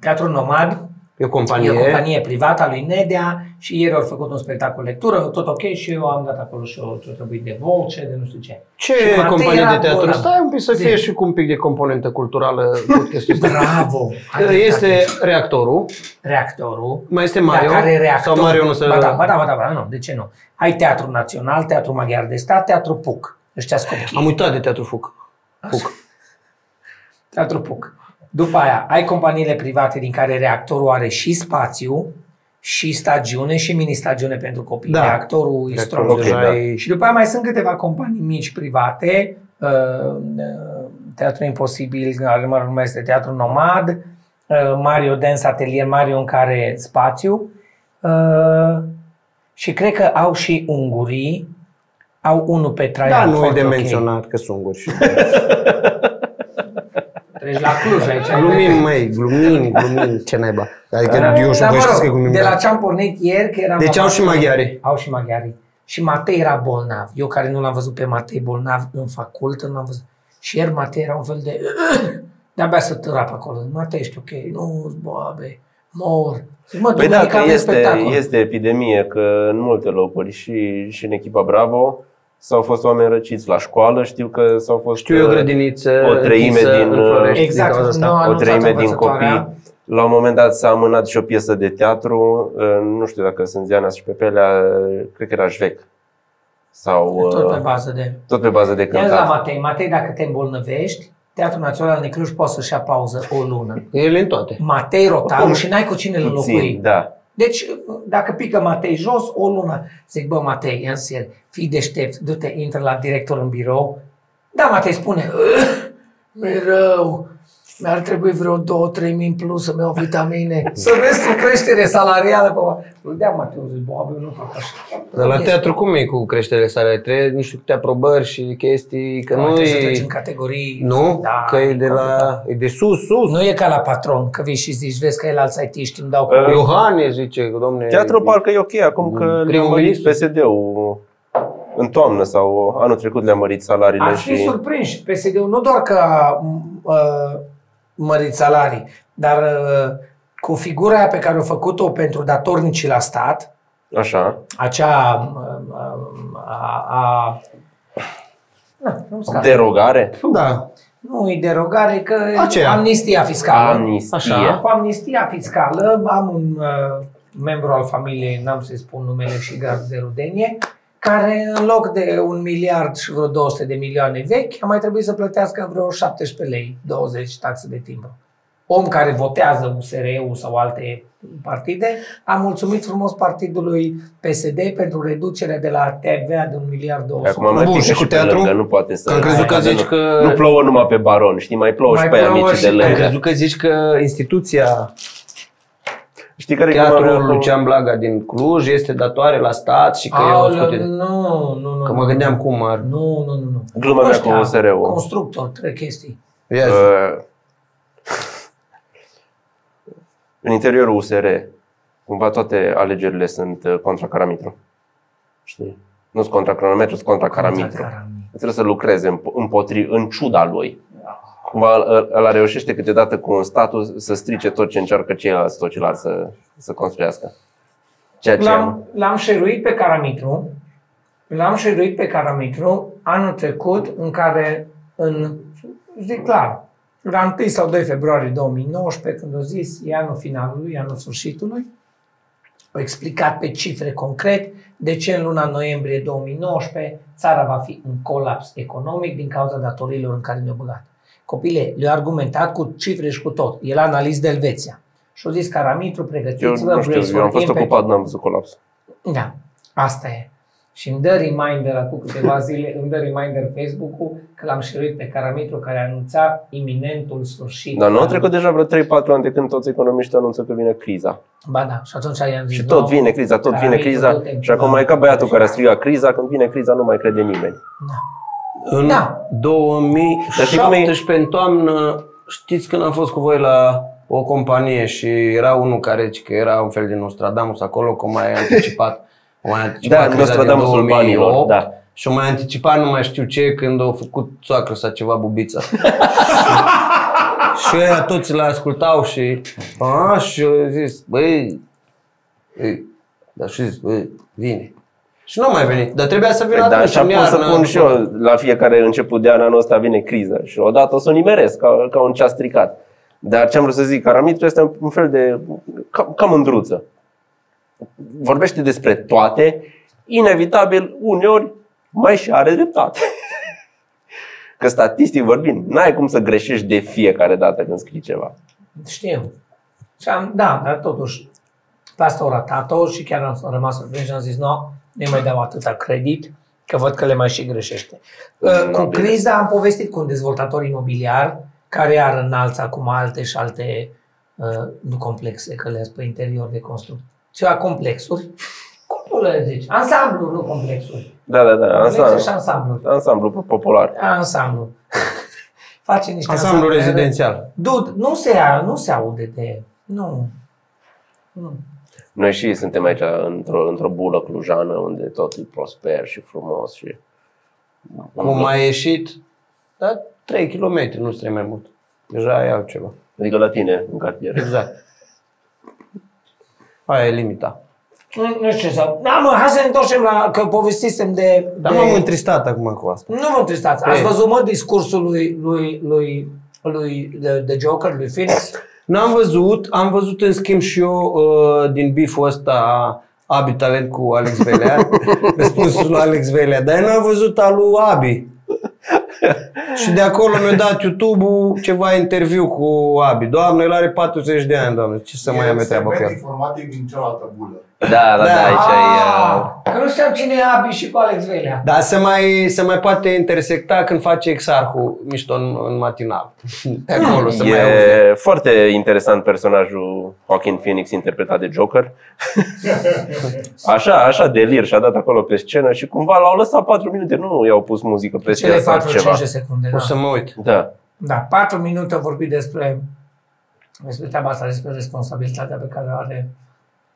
Speaker 2: Teatru Nomad
Speaker 3: E o
Speaker 2: E
Speaker 3: companie.
Speaker 2: o companie privată a lui Nedea și ieri au făcut un spectacol lectură, tot ok și eu am dat acolo și o ce trebuit de voce, de nu știu ce. Și
Speaker 3: Ce
Speaker 2: Matei
Speaker 3: companie
Speaker 2: era
Speaker 3: de teatru?
Speaker 2: bolnav.
Speaker 3: Stai un pic să
Speaker 2: Zi.
Speaker 3: fie și cu un pic de componentă culturală podcastul ăsta.
Speaker 2: Bravo! Ai
Speaker 3: Este
Speaker 2: dreptate.
Speaker 3: reactorul,
Speaker 2: reactorul.
Speaker 3: mai este
Speaker 2: Mario,
Speaker 3: Mario,
Speaker 2: dacă are reactor,
Speaker 3: sau Mario nu se...
Speaker 2: ba da, ba da, ba da, ba da, nu, de ce nu? Ai Teatru Național, Teatru Maghiar de Stat, Teatru Puc. Ăștia scop
Speaker 3: Am uitat de teatru Fuc. Fuc.
Speaker 2: Teatru Puc. După aia, ai companiile private din care reactorul are și spațiu, și stagiune, și mini-stagiune pentru copii.
Speaker 3: Da.
Speaker 2: Reactorul e strong.
Speaker 1: ok,
Speaker 3: deja
Speaker 1: da.
Speaker 3: e-
Speaker 2: Și după aia mai sunt câteva companii mici private, uh, uh, Teatru Imposibil, care mă numesc de Teatru Nomad, uh, Mario Dance Atelier, Mario în care spațiu uh, și cred că au și ungurii, au unul pe Traian.
Speaker 3: Da, nu e
Speaker 2: foarte
Speaker 3: de
Speaker 2: ok.
Speaker 3: menționat că sunt guri.
Speaker 2: Treci Deci la Cluj aici.
Speaker 3: Glumim, măi, glumim, glumim, ce naiba. Adică eu și
Speaker 2: Da. Dar,
Speaker 3: voi
Speaker 2: mă
Speaker 3: știți
Speaker 2: rog,
Speaker 3: că glumim.
Speaker 2: de
Speaker 3: da.
Speaker 2: la ce am pornit ieri, că eram
Speaker 3: Deci au și maghiari.
Speaker 2: Au și maghiarii. Și Matei era bolnav. Eu care nu l-am văzut pe Matei bolnav în facultă, nu l-am văzut. Și ieri Matei era un fel de... De-abia să târa pe acolo. Matei, ești ok? Nu, boabe, mor. Zic, mă,
Speaker 1: Păi da,
Speaker 2: duminică
Speaker 1: că
Speaker 2: avem
Speaker 1: este,
Speaker 2: spectacol.
Speaker 1: este epidemie, că în multe locuri și, și în echipa Bravo s-au fost oameni răciți la școală, știu că s-au fost...
Speaker 3: Știu eu
Speaker 1: uh,
Speaker 3: grădiniță
Speaker 1: o treime
Speaker 3: închisă
Speaker 1: din,
Speaker 3: în Florești
Speaker 2: Exact,
Speaker 3: din cauza asta.
Speaker 2: nu. a
Speaker 1: o
Speaker 2: anunțat
Speaker 1: treime din
Speaker 2: învățătoarea.
Speaker 1: copii. La un moment dat s-a amânat și o piesă de teatru, uh, nu știu dacă sunt Diana și Pepelea, uh, cred că era Jvec. Sau
Speaker 2: Tot pe
Speaker 1: uh,
Speaker 2: bază de...
Speaker 1: tot pe bază de
Speaker 2: Ia la
Speaker 1: cântat.
Speaker 2: Matei. Matei, dacă te îmbolnăvești, Teatrul Național Necluj poate să-și ia pauză o lună.
Speaker 3: El e în toate.
Speaker 2: Matei Rotaru
Speaker 1: Oricum,
Speaker 2: și n-ai cu cine îl înlocui.
Speaker 1: Puțin, da.
Speaker 2: Deci, dacă pică Matei jos, o lună, zic, bă, Matei, ia în ser, fii deștept, du-te, intră la director în birou. Da, Matei spune, "Ugh, mi-e rău, mi-ar trebui vreo două, trei mii în plus să-mi iau vitamine, să vezi tu creștere salarială. Bă. Îl dea Matei, zic, bă, abia nu fac așa.
Speaker 3: Dar la
Speaker 2: Ies.
Speaker 3: teatru cum e cu creșterile sale? Trebuie niște câte aprobări și chestii, că
Speaker 2: Mai
Speaker 3: nu
Speaker 2: trebuie să treci
Speaker 3: e...
Speaker 2: în categorii.
Speaker 3: Nu?
Speaker 2: Da,
Speaker 3: Că e de la... E de sus, sus.
Speaker 2: Nu e ca la patron, că vii și zici, vezi că el alți IT-ști îmi dau cu...
Speaker 1: Uh,
Speaker 3: Iohane zice, domne...
Speaker 1: Teatru parcă e ok acum că
Speaker 3: Primul
Speaker 1: le-a mărit
Speaker 3: ministru.
Speaker 1: PSD-ul în toamnă sau anul trecut le-a mărit salariile
Speaker 2: Ați fi
Speaker 1: și...
Speaker 2: surprinși. PSD-ul nu doar că a m- a mărit salarii, dar uh, cu figura aia pe care o făcut-o pentru datornicii la stat,
Speaker 1: Așa.
Speaker 2: Acea um, um, a, a, na, nu scap.
Speaker 1: Derogare?
Speaker 3: Da.
Speaker 2: Nu, e derogare că
Speaker 3: Aceea.
Speaker 2: amnistia fiscală.
Speaker 1: Amnistie.
Speaker 3: Da.
Speaker 2: Așa. Cu amnistia fiscală am un uh, membru al familiei, n-am să-i spun numele și grad de rudenie, care în loc de un miliard și vreo 200 de milioane vechi, a mai trebuit să plătească vreo 17 lei, 20 taxe de timbru. Om care votează USR-ul sau alte partide, a mulțumit frumos partidului PSD pentru reducerea de la TVA de 1 miliard 200.
Speaker 1: Acum mai
Speaker 3: Bun,
Speaker 1: pică
Speaker 3: și cu
Speaker 1: și pe
Speaker 3: teatru?
Speaker 1: lângă, nu poate să...
Speaker 3: Că am crezut că
Speaker 1: Hai,
Speaker 3: zici
Speaker 1: nu.
Speaker 3: că-
Speaker 1: Nu plouă numai pe baron, știi, mai plouă
Speaker 2: Mai
Speaker 1: și pe aia
Speaker 2: plouă
Speaker 1: mici
Speaker 2: și
Speaker 1: de
Speaker 2: pe-
Speaker 3: Am
Speaker 1: lângă.
Speaker 3: crezut că zici că instituția
Speaker 1: Știi care e problema
Speaker 3: Teatrul
Speaker 1: cu-
Speaker 3: Lucian Blaga din Cluj este datoare la stat și că e o
Speaker 2: Aoleu,
Speaker 3: scutire.
Speaker 2: nu, nu, nu.
Speaker 3: Că
Speaker 2: nu.
Speaker 3: mă gândeam cum ar...
Speaker 2: Nu, nu, nu. nu.
Speaker 1: Gluma mea
Speaker 2: Ăștia,
Speaker 1: cu USR-ul.
Speaker 2: Constructor, trei chestii.
Speaker 3: Ia zi.
Speaker 1: Uh, în interiorul USR, cumva toate alegerile sunt uh, contra caramitru. Știi? Nu sunt contra cronometru, sunt contra caramitru.
Speaker 2: Caramitru.
Speaker 1: Trebuie să lucreze împ- împotri, în ciuda lui. Cumva ăl- ăla reușește câteodată cu un status să strice tot ce încearcă ceilalți, tot ceilalți să, să construiască. Ceea ce am.
Speaker 2: L-am, l-am șeruit pe Caramitru. L-am șeruit pe Caramitru anul trecut în care, în, zic clar, la 1 sau 2 februarie 2019, când o zis, e anul finalului, e anul sfârșitului, au explicat pe cifre concret de ce în luna noiembrie 2019 țara va fi în colaps economic din cauza datoriilor în care ne-a băgat. Copile, le-a argumentat cu cifre și cu tot. El a analizat de Elveția. Și-a zis, Caramitru,
Speaker 1: Eu,
Speaker 2: pregătiți-vă,
Speaker 1: nu știu, eu am
Speaker 2: brainstorming
Speaker 1: fost
Speaker 2: pe-
Speaker 1: ocupat, n-am văzut colaps.
Speaker 2: da, asta e. Și îmi dă reminder acum câteva zile, îmi dă reminder Facebook-ul că l-am șeruit pe Caramitru care anunța iminentul sfârșit.
Speaker 1: Dar nu au trecut deja vreo 3-4 ani de când toți economiștii anunță că vine criza.
Speaker 2: Ba da, și atunci i-am zis,
Speaker 1: Și tot
Speaker 2: nu,
Speaker 1: vine criza, tot vine
Speaker 2: Caramitru,
Speaker 1: criza.
Speaker 2: du-te,
Speaker 1: Și acum
Speaker 2: bă.
Speaker 1: e ca băiatul care a strigat criza, când vine criza nu mai crede nimeni.
Speaker 3: În
Speaker 2: Da.
Speaker 3: 2017, în toamnă, știți când am fost cu voi la o companie și era unul care, zice că era un fel de Nostradamus acolo, că mai anticipat, o mai anticipat
Speaker 1: Da,
Speaker 3: criza din
Speaker 1: Nostradamusul
Speaker 3: 2008,
Speaker 1: banilor, da.
Speaker 3: Și o mai anticipat nu mai știu ce când au făcut soacră sau ceva bubița. și ăia toți le ascultau și a, și au zis, băi, ei, dar și zis, băi, vine. Și nu a mai venit, dar trebuia să vină
Speaker 1: Păi, da,
Speaker 3: atunci,
Speaker 1: și
Speaker 3: în
Speaker 1: acum să
Speaker 3: iarnă,
Speaker 1: pun și eu, la fiecare început de an anul ăsta vine criză și odată o să o nimeresc ca, ca un ceas stricat. Dar ce am vrut să zic, Caramitru este un fel de, cam, cam îndruță. Vorbește despre toate, inevitabil, uneori, mai și are dreptate. Că statistic vorbind, n-ai cum să greșești de fiecare dată când scrii ceva.
Speaker 2: știu. Și am, da, dar totuși, pe asta o ratat-o și chiar am rămas surprins și am zis, nu, nu mai dau atâta credit, că văd că le mai și greșește. Uh, Cu
Speaker 1: bine.
Speaker 2: criza am povestit cu un dezvoltator imobiliar care are înalți acum alte și alte, uh, nu complexe, că le-ați pe interior de construcție, ceva complexuri. Cum tu le zici? Ansamblu, nu complexuri.
Speaker 1: Da, da, da,
Speaker 2: Complexe și
Speaker 1: ansamblu,
Speaker 2: ansamblu.
Speaker 1: ansamblu popular.
Speaker 2: Ansamblu. Face niște
Speaker 3: Ansamblu
Speaker 2: ansamblere.
Speaker 3: rezidențial.
Speaker 2: Dude, nu se, nu se aude de... Nu. nu.
Speaker 1: Noi și suntem aici într-o, într-o bulă clujană unde tot e prosper și frumos și... Adică
Speaker 3: Cum mai ieșit, dar 3 km, nu trebuie mai mult. Deja e altceva.
Speaker 1: Adică la tine, în cartier.
Speaker 3: Exact. Aia e limita.
Speaker 2: Nu, nu știu să... Da, mă, hai să ne întoarcem la... Că povestisem de...
Speaker 1: Da,
Speaker 3: Dar
Speaker 2: de...
Speaker 3: m-am întristat acum cu asta.
Speaker 2: Nu vă tristați. Ați
Speaker 3: Ei.
Speaker 2: văzut, mă, discursul lui, lui, lui, lui de, de Joker, lui Phoenix?
Speaker 3: N-am văzut, am văzut în schimb și eu uh, din biful ăsta Abi Talent cu Alex Velea, răspunsul lui Alex Velea, dar eu n-am văzut al lui Abi. și de acolo mi-a dat YouTube-ul ceva interviu cu Abi. Doamne, el are 40 de ani, doamne, ce să mai am eu treabă cu el.
Speaker 4: informatic din cealaltă bulă.
Speaker 1: Da, da, da,
Speaker 3: Da.
Speaker 1: aici e... uh,
Speaker 2: Ah, Că nu știam cine e Abi și cu Alex Velea.
Speaker 3: Dar se mai, se mai poate intersecta când face exarhul mișto în, în matinal. Pe Ah, acolo se mai aude.
Speaker 1: E foarte interesant personajul Joaquin Phoenix interpretat de Joker. Așa, așa delir și-a dat acolo pe scenă și cumva l-au lăsat 4 minute, nu i-au pus muzică pe scenă
Speaker 2: Cele
Speaker 1: sau
Speaker 2: 4-5
Speaker 1: Deci ceva.
Speaker 2: de secunde,
Speaker 3: O
Speaker 2: da.
Speaker 3: să mă uit.
Speaker 1: Da.
Speaker 2: Da, 4 minute vorbit despre, despre treaba asta, despre responsabilitatea pe care o are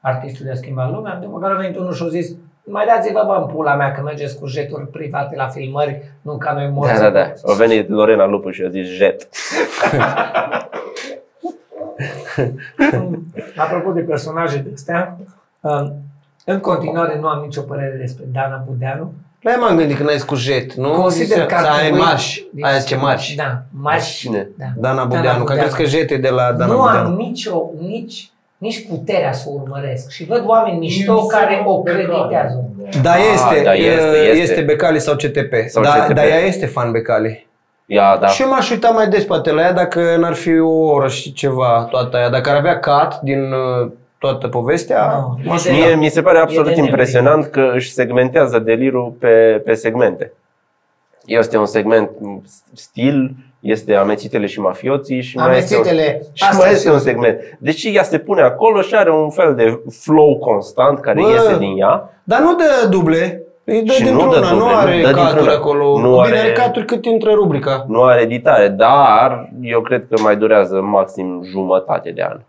Speaker 2: artistul de a schimba lumea, după care a venit unul și a zis mai dați-vă bă în pula mea că mergeți cu jeturi private la filmări, nu ca noi morți.
Speaker 1: Da, da, da. A venit Lorena Lupu și a zis jet.
Speaker 2: Apropo de personaje de astea, um, În continuare nu am nicio părere despre Dana Budeanu.
Speaker 3: La ea m-am gândit când ai zis cu jet, nu?
Speaker 2: Consider că ar
Speaker 3: ai
Speaker 2: trebui-
Speaker 3: marș, aia zice marș.
Speaker 2: Da, marș.
Speaker 1: Cine?
Speaker 2: Da.
Speaker 3: Dana Bogdanu, că crezi că jet e de la Dana
Speaker 2: nu
Speaker 3: Bogdanu.
Speaker 2: am nicio, nici, nici puterea să o urmăresc. Și văd oameni mișto
Speaker 4: Eu
Speaker 2: care
Speaker 4: sunt
Speaker 2: o
Speaker 4: pe
Speaker 2: creditează.
Speaker 4: care.
Speaker 3: Da,
Speaker 1: Ah,
Speaker 3: este,
Speaker 1: da,
Speaker 3: e-
Speaker 1: este, este.
Speaker 3: este Becali sau CTP.
Speaker 1: Sau
Speaker 3: da,
Speaker 1: CTP.
Speaker 3: Dar ea este fan Becali.
Speaker 1: Ia, da.
Speaker 3: Și eu m-aș uita mai des poate la ea dacă n-ar fi o oră și ceva toată aia. Dacă ar avea cat din uh, toată povestea,
Speaker 2: Nu.
Speaker 3: m-aș
Speaker 2: Este-
Speaker 3: uita.
Speaker 1: Mie mi se pare
Speaker 2: E
Speaker 1: absolut
Speaker 2: de
Speaker 1: impresionant că își segmentează delirul pe, pe segmente. Este un segment m, stil, este amețitele și mafioții și mai este un,
Speaker 2: Amețitele,
Speaker 1: și
Speaker 2: asta
Speaker 1: mai
Speaker 2: și-
Speaker 1: este un segment. Deci ea se pune acolo și are un fel de flow constant care
Speaker 3: Bă,
Speaker 1: iese din ea.
Speaker 3: Dar nu dă duble. Îi dă
Speaker 1: Și nu
Speaker 3: dintr-una,
Speaker 1: dă
Speaker 3: nu,
Speaker 1: duble,
Speaker 3: are
Speaker 1: nu dă
Speaker 3: caturi
Speaker 1: dintr-una.
Speaker 3: acolo.
Speaker 1: Nu
Speaker 3: Bine,
Speaker 1: are-
Speaker 3: are caturi cât intră rubrica.
Speaker 1: Nu are editare, dar eu cred că mai durează maxim jumătate de an.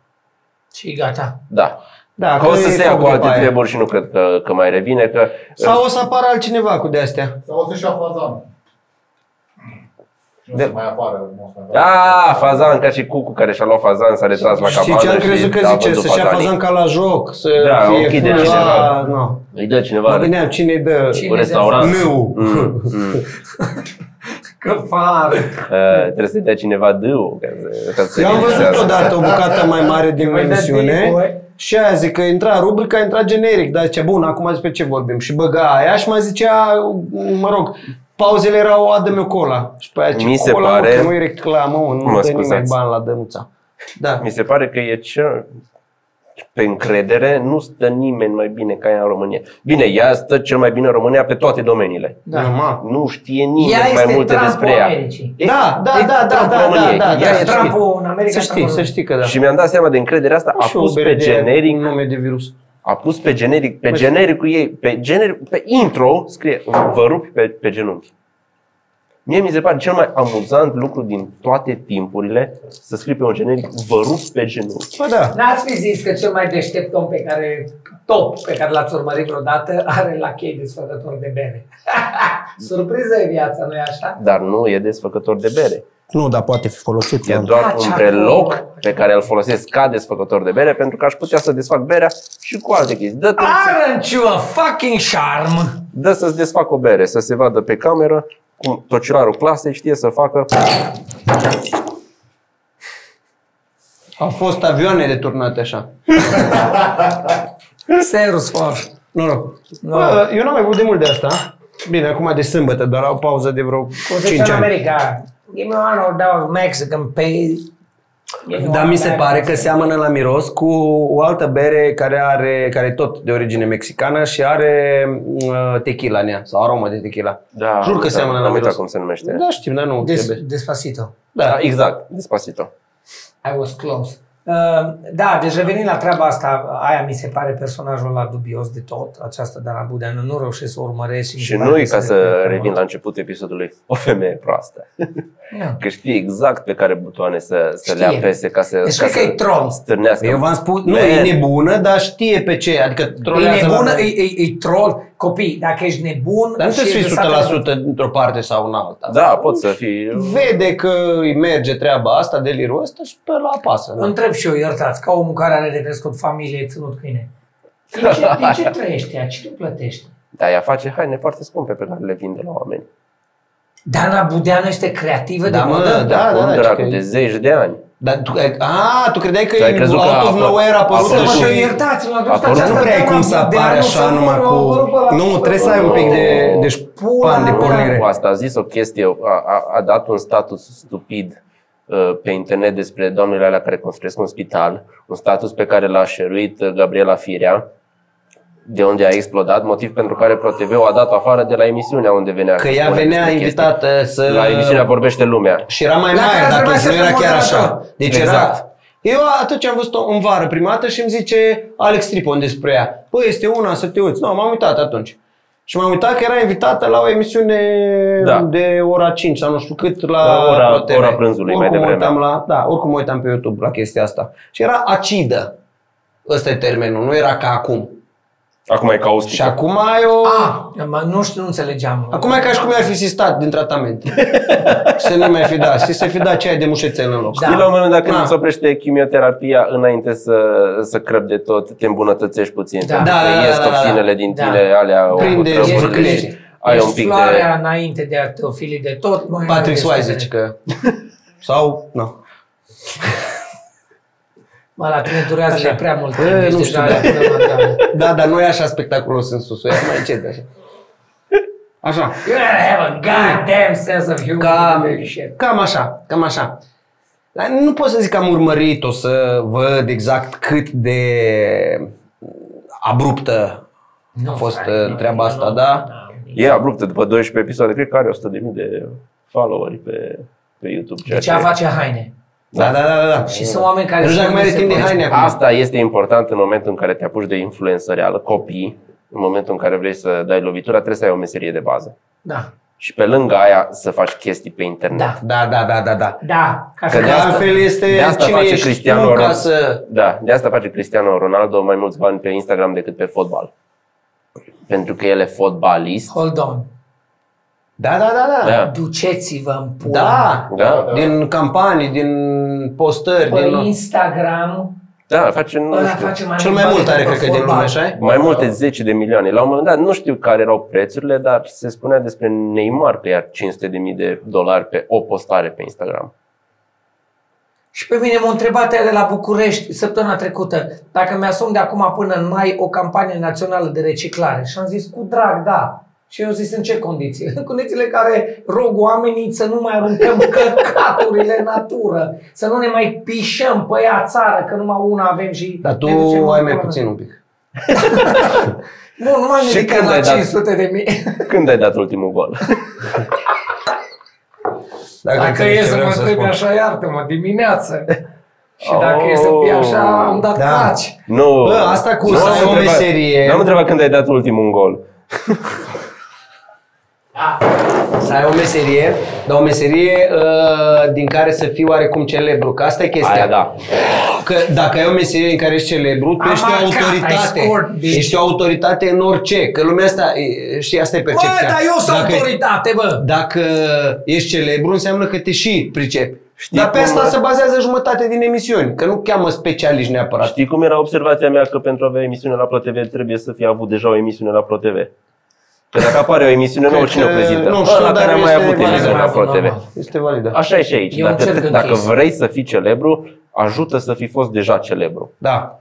Speaker 2: Și gata.
Speaker 1: Da.
Speaker 3: Da,
Speaker 1: Că o
Speaker 3: că
Speaker 1: să
Speaker 3: e
Speaker 1: se ia
Speaker 3: foc
Speaker 1: cu
Speaker 3: de
Speaker 1: alte
Speaker 3: paie.
Speaker 1: treburi și nu cred că, că mai revine, că
Speaker 3: Sau o să apară altcineva cu de-astea.
Speaker 4: Sau o să-și ia fazanul. Și Nu
Speaker 1: De-
Speaker 4: de... mai apară. nu o să mai apară.
Speaker 1: Da, fazan, ca și Cucu care și-a luat fazan, s-a retras la
Speaker 3: Și
Speaker 1: cabană.
Speaker 3: ce am crezut
Speaker 1: a
Speaker 3: că zice?
Speaker 1: vândut
Speaker 3: Să-și ia
Speaker 1: fazanii.
Speaker 3: fazan ca la joc, să
Speaker 1: Da, o
Speaker 3: fie
Speaker 1: închide
Speaker 3: full la...
Speaker 1: cineva.
Speaker 3: Nu.
Speaker 1: Îi dă cineva
Speaker 3: Mă gândeam cine dă...
Speaker 2: Cine
Speaker 1: un restaurant.
Speaker 3: Meu.
Speaker 1: Mm, mm.
Speaker 2: Că fară.
Speaker 1: Uh, trebuie să dea cineva dâul ca să, ca să
Speaker 3: Eu am văzut
Speaker 1: realizează.
Speaker 3: odată o bucată mai mare din
Speaker 2: Păi, da,
Speaker 3: emisiune
Speaker 2: bine,
Speaker 3: și aia zic că intra rubrica, intra generic, dar zicea, bun, acum despre ce vorbim? Și băga aia și mai zicea, mă rog, pauzele erau a dă cola. Și pe aia zice,
Speaker 1: Mi se
Speaker 3: cola,
Speaker 1: pare-
Speaker 3: mă, că nu-i reclamă, mă, nu
Speaker 1: Mă
Speaker 3: dă nimeni
Speaker 1: scuzați.
Speaker 3: bani la dănuța. Da.
Speaker 1: Mi se pare că e cel pe încredere, nu stă nimeni mai bine ca ea în România. Bine, ea stă cel mai bine în România pe toate domeniile.
Speaker 2: Da.
Speaker 3: Normal.
Speaker 1: Nu știe
Speaker 2: Ea
Speaker 1: nimeni mai
Speaker 2: este
Speaker 1: multe
Speaker 2: Trump
Speaker 1: despre ea.
Speaker 2: Americii.
Speaker 3: Da, da,
Speaker 2: E
Speaker 3: da, da,
Speaker 2: Trump
Speaker 3: da, da,
Speaker 1: României.
Speaker 3: da,
Speaker 1: Ea
Speaker 3: da,
Speaker 1: e
Speaker 3: da.
Speaker 2: Trump în America.
Speaker 3: Să știi,
Speaker 2: Trump în-
Speaker 3: să știi că da.
Speaker 1: Și mi-am dat seama de încrederea asta, a
Speaker 3: Și o
Speaker 1: pus
Speaker 3: bere
Speaker 1: pe
Speaker 3: de-
Speaker 1: generic
Speaker 3: un nume de virus.
Speaker 1: A pus pe generic, pe
Speaker 3: Mă,
Speaker 1: genericul ei, pe, generic, pe intro scrie vă rup pe, pe genunchi. Mie mi se pare cel mai amuzant lucru din toate timpurile să scrii pe un generic vă rup pe genunchi.
Speaker 3: Bă, da.
Speaker 2: N-ați fi zis că cel mai deștept om pe care, top pe care l-ați urmărit vreodată are la chei desfăcător de bere. Surpriză e viața, nu-i așa?
Speaker 1: Dar nu e desfăcător de bere.
Speaker 3: Nu, dar poate fi folosit.
Speaker 1: E
Speaker 3: la-
Speaker 1: doar
Speaker 2: Ah,
Speaker 1: un
Speaker 2: ce
Speaker 1: preloc
Speaker 2: acolo.
Speaker 1: pe care îl folosesc ca desfăcător de bere pentru că aș putea să desfac berea și cu alte chestii. Dă,
Speaker 2: Aren't you a fucking charm?
Speaker 1: dă să-ți desfac o bere, să se vadă pe cameră cum tocilarul clasei știe să facă
Speaker 3: Au fost avioane deturnate așa.
Speaker 2: Serus for.
Speaker 3: Noroc.
Speaker 2: Nu.
Speaker 3: Bă, eu n-am mai avut de mult de asta. Bine, acum de sâmbătă, doar au pauză de vreo
Speaker 2: Cum se
Speaker 3: 5
Speaker 2: zice în
Speaker 3: ani.
Speaker 2: America? Give me one or down Mexican pay.
Speaker 3: Dar mi se pare că seamănă la miros cu o altă bere care are care e tot de origine mexicană și are uh, tequila în ea, sau aromă de tequila.
Speaker 1: Da,
Speaker 3: Jur
Speaker 1: am
Speaker 3: că
Speaker 1: uitat-
Speaker 3: seamănă la
Speaker 1: am uitat
Speaker 3: miros.
Speaker 1: cum se numește.
Speaker 3: Da, știm, dar nu
Speaker 2: Des,
Speaker 3: trebuie.
Speaker 2: despacito.
Speaker 1: Da,
Speaker 3: Da.
Speaker 1: exact, despacito.
Speaker 2: I was close. Uh, Da, deci revenind la treaba asta, aia mi se pare personajul ăla dubios de tot, această Dana Budeanu, nu reușesc să o urmăresc. mi
Speaker 1: Și
Speaker 2: se pare
Speaker 1: noi,
Speaker 2: că
Speaker 1: ca
Speaker 2: se
Speaker 1: să
Speaker 2: repetă
Speaker 1: revin
Speaker 2: mult.
Speaker 1: la începutul episodului, o femeie proastă.
Speaker 2: Da.
Speaker 1: Că știe exact pe care butoane să, să le
Speaker 2: Știe.
Speaker 1: apese ca
Speaker 3: Da.
Speaker 1: să,
Speaker 2: Deci
Speaker 1: ca
Speaker 2: cred că
Speaker 1: să
Speaker 2: e troll.
Speaker 1: stârnească.
Speaker 3: Eu v-am spus, nu, e
Speaker 1: Man.
Speaker 3: nebună, dar știe pe ce, adică
Speaker 2: E
Speaker 3: trolează
Speaker 2: nebună,
Speaker 3: la...
Speaker 2: e, e, e troll. Copii, dacă ești nebun...
Speaker 3: Dar nu
Speaker 2: și
Speaker 3: trebuie
Speaker 2: ești
Speaker 3: să
Speaker 2: lăsat în-
Speaker 3: fii 100% într-o parte sau în alta.
Speaker 1: Da, pot să fii...
Speaker 3: Vede că îi merge treaba asta, delirul ăsta și pe la apasă. da.
Speaker 2: Întreb și eu, iertați, ca omul care are de crescut familie, ținut câine. Din ce, din ce trăiești ea? Cine plătește?
Speaker 1: Da, ea face haine foarte scumpe pe care le vinde la oameni.
Speaker 2: Dana Budeanu este creativă
Speaker 3: Da,
Speaker 2: de
Speaker 3: mă,
Speaker 2: modă?
Speaker 3: da.
Speaker 1: Dar cum
Speaker 3: ce
Speaker 1: dracu,
Speaker 3: că e-
Speaker 1: de zeci de ani.
Speaker 3: Dar tu, a, tu credeai că
Speaker 1: Tu ai
Speaker 3: e
Speaker 1: crezut că
Speaker 3: out
Speaker 1: a
Speaker 3: of
Speaker 1: apă-
Speaker 3: nowhere a apărut
Speaker 1: apărut
Speaker 2: Să mă
Speaker 1: și-
Speaker 2: că
Speaker 3: și...
Speaker 2: iertați, mă aduceți
Speaker 1: Apărut.
Speaker 2: această
Speaker 1: Nu
Speaker 3: prea ai
Speaker 2: Dana
Speaker 3: cum să apare
Speaker 2: Budeanu,
Speaker 3: așa
Speaker 2: să
Speaker 3: numai
Speaker 2: mă
Speaker 3: cu-
Speaker 2: rog, rog, rog,
Speaker 3: Nu,
Speaker 2: rog,
Speaker 3: trebuie
Speaker 2: rog,
Speaker 3: să ai un
Speaker 2: rog,
Speaker 3: pic
Speaker 2: rog.
Speaker 3: de- deci,
Speaker 2: Pula
Speaker 3: pan de
Speaker 2: mea.
Speaker 3: pornire.
Speaker 1: Cu asta a zis o chestie, a, a, a dat un status stupid uh, pe internet despre doamnele alea care construiesc un spital, un status pe care l-a șeruit uh, Gabriela Firea, de unde a explodat, motiv pentru care ProTV a dat afară de la emisiunea unde venea.
Speaker 3: Că ea
Speaker 1: spune
Speaker 3: venea
Speaker 1: despre
Speaker 3: invitată uh, să...
Speaker 1: chestii. La emisiunea Vorbește Lumea.
Speaker 3: Și era mai
Speaker 2: La care
Speaker 3: mare, dar
Speaker 2: trebuia
Speaker 3: atunci
Speaker 2: să
Speaker 3: nu era
Speaker 2: fie
Speaker 3: chiar așa.
Speaker 2: moderator.
Speaker 3: Deci
Speaker 1: Exact.
Speaker 3: era... Eu atunci am văzut-o în vară primată și îmi zice Alex Tripon despre ea. Păi, este una să te uiți. Nu, m-am uitat atunci. Și m-am uitat că era invitată la o emisiune
Speaker 1: Da.
Speaker 3: de ora 5 sau nu știu cât la,
Speaker 1: La ora-
Speaker 3: ProTV.
Speaker 1: ora prânzului, mai
Speaker 3: oricum mă
Speaker 1: devreme.
Speaker 3: uitam la, da, oricum mă uitam pe YouTube la chestia asta. Și era acidă. Ăsta e termenul, nu era ca acum.
Speaker 1: Acum e ca o
Speaker 3: Și
Speaker 1: stică.
Speaker 3: acum ai o...
Speaker 2: A, mă, nu știu, nu înțelegeam.
Speaker 3: Acum e ca și cum i-ar fi sistat din tratament. să nu mai fi dat. Și să fi dat ceai de mușețel în loc.
Speaker 2: Da.
Speaker 1: Știi, la un moment dat când
Speaker 3: Da.
Speaker 1: îți oprește chimioterapia, înainte să, să crăpi de tot, te îmbunătățești puțin.
Speaker 2: Da.
Speaker 1: Pentru
Speaker 3: Da,
Speaker 1: că
Speaker 3: da, da,
Speaker 1: ies
Speaker 3: da, da.
Speaker 1: toxinele din
Speaker 2: Da.
Speaker 1: tine, alea o
Speaker 3: Prinde,
Speaker 1: otrăvările
Speaker 2: Ești,
Speaker 3: Ești-
Speaker 1: și
Speaker 2: ești,
Speaker 1: Ai
Speaker 2: ești
Speaker 1: un pic de...
Speaker 2: floarea înainte de arteofilii de tot. Mai
Speaker 3: Patrick
Speaker 2: are
Speaker 3: Swayze,
Speaker 2: desfătele.
Speaker 3: zice că... Sau... Nu.
Speaker 2: Mă, la tine durează de prea mult.
Speaker 3: E,
Speaker 2: timp,
Speaker 3: nu
Speaker 2: ești
Speaker 3: știu,
Speaker 2: deja
Speaker 3: da.
Speaker 2: până la capăt.
Speaker 3: Da, dar nu e așa spectaculos în susul. E mai încet, așa. Așa.
Speaker 2: You gotta have a goddamn sense of humor.
Speaker 3: Cam,
Speaker 2: Holy shit.
Speaker 3: cam așa, cam așa. Dar nu pot să zic că am urmărit, o să văd exact cât de abruptă
Speaker 2: Nu,
Speaker 3: a fost
Speaker 2: frate,
Speaker 3: uh,
Speaker 2: nu,
Speaker 3: treaba
Speaker 2: nu,
Speaker 3: asta,
Speaker 2: nu,
Speaker 3: da?
Speaker 2: nu, nu.
Speaker 1: E abruptă, după 12 episoade, cred că are 100.000 de followeri pe, pe YouTube. ceea
Speaker 2: Deci ea face haine.
Speaker 3: Da, da, da, da. da.
Speaker 2: Și sunt oameni care
Speaker 3: Nu știu dacă
Speaker 2: spun
Speaker 3: mai are
Speaker 2: că
Speaker 3: timp
Speaker 2: se
Speaker 3: de
Speaker 2: pot-
Speaker 3: haine acum.
Speaker 1: Asta este important în momentul în care te apuci de influență reală, copii, în momentul în care vrei să dai lovitura, trebuie să ai o meserie de bază.
Speaker 2: Da.
Speaker 1: Și pe lângă aia să faci chestii pe internet.
Speaker 2: Da.
Speaker 3: Da, da, da, da, da.
Speaker 2: Da. Ca
Speaker 1: Că
Speaker 2: să
Speaker 3: Că de
Speaker 1: asta-
Speaker 3: altfel este
Speaker 1: de asta
Speaker 3: cine
Speaker 1: face
Speaker 3: ești
Speaker 1: Cristiano
Speaker 3: tu ca
Speaker 1: Ronaldo.
Speaker 3: să...
Speaker 1: Da, de asta face Cristiano Ronaldo mai mulți bani pe Instagram decât pe fotbal. Pentru că el e fotbalist.
Speaker 2: Hold on.
Speaker 3: Da, da, da, da.
Speaker 1: Da.
Speaker 2: Duceți-vă în pula.
Speaker 3: Da.
Speaker 1: Da,
Speaker 3: Din campanii, din postări,
Speaker 2: Pe
Speaker 3: din...
Speaker 2: Păi, Instagram,
Speaker 1: da face, nu
Speaker 2: ăla
Speaker 1: știu,
Speaker 2: face mai
Speaker 3: Cel
Speaker 2: mult
Speaker 3: mai
Speaker 2: bani
Speaker 3: mult are,
Speaker 2: decât
Speaker 3: cred că, din
Speaker 2: fotbal.
Speaker 3: lume, așa
Speaker 1: mai multe zeci de milioane. La un moment dat nu știu care erau prețurile, dar se spunea despre Neymar că ia 500 de mii de dolari pe o postare pe Instagram.
Speaker 2: Și pe mine m-a întrebat ea de la București săptămâna trecută dacă mi-asum de acum până în mai o campanie națională de reciclare. Și am zis cu drag, da. Și eu zis în ce condiții? În condițiile în care rog oamenii să nu mai aruncăm căcaturile în natură, să nu ne mai pișăm pe ea țară, că numai una avem și...
Speaker 3: Dar tu
Speaker 2: ne ducem în
Speaker 3: ai mai
Speaker 2: până.
Speaker 3: puțin un pic.
Speaker 2: Nu, nu m-am
Speaker 1: Și
Speaker 2: ridicat
Speaker 1: când
Speaker 2: la
Speaker 1: ai dat?
Speaker 2: 500 de mii.
Speaker 1: Când ai dat ultimul gol?
Speaker 2: Dacă
Speaker 3: înțelegi
Speaker 2: e
Speaker 3: ce
Speaker 2: să
Speaker 3: vreau
Speaker 2: mă
Speaker 3: spun.
Speaker 2: întrebi așa, iartă-mă, dimineață. Și dacă e să fie așa, am dat
Speaker 3: Oh. Da.
Speaker 2: caci.
Speaker 1: Nu.
Speaker 3: Bă, asta cu
Speaker 1: Nu
Speaker 3: să
Speaker 1: am
Speaker 3: ai o
Speaker 1: întrebat-
Speaker 3: meserie.
Speaker 1: Nu am întrebat când ai dat ultimul gol.
Speaker 3: Să ai o meserie, dar o meserie uh, din care să fii oarecum celebru, că asta e chestia.
Speaker 1: Aia da.
Speaker 3: Că dacă ai o meserie în care ești celebru, tu
Speaker 2: Am
Speaker 3: ești o
Speaker 2: marcat,
Speaker 3: autoritate.
Speaker 2: ai scored, bitch.
Speaker 3: ești o autoritate în orice, că lumea asta, e, știi, asta e
Speaker 2: Bă,
Speaker 3: percepția.
Speaker 2: dar eu sunt
Speaker 3: Dacă-
Speaker 2: autoritate, bă!
Speaker 3: Dacă ești celebru, înseamnă că te și pricepi.
Speaker 1: Știi
Speaker 3: Dar pe
Speaker 1: cum,
Speaker 3: asta
Speaker 1: mă?
Speaker 3: se bazează jumătate din emisiuni, că nu cheamă specialiști neapărat.
Speaker 1: Știi cum era observația mea că pentru a avea emisiune la ProTV trebuie să fie avut deja o emisiune la ProTV? Că dacă apare o emisiune nouă,
Speaker 3: Cred
Speaker 1: cine o
Speaker 3: că-
Speaker 1: prezintă?
Speaker 3: nu știu,
Speaker 1: Ăla
Speaker 3: dar
Speaker 1: care a mai
Speaker 3: este
Speaker 1: avut
Speaker 3: mai da,
Speaker 1: emisiune la
Speaker 2: mult
Speaker 1: ProTV.
Speaker 2: normal.
Speaker 3: Este validă.
Speaker 1: Așa e și aici.
Speaker 2: E un cerc
Speaker 1: Dacă,
Speaker 2: închis.
Speaker 1: dacă vrei să fii celebru, ajută să fi fost deja celebru.
Speaker 3: Da.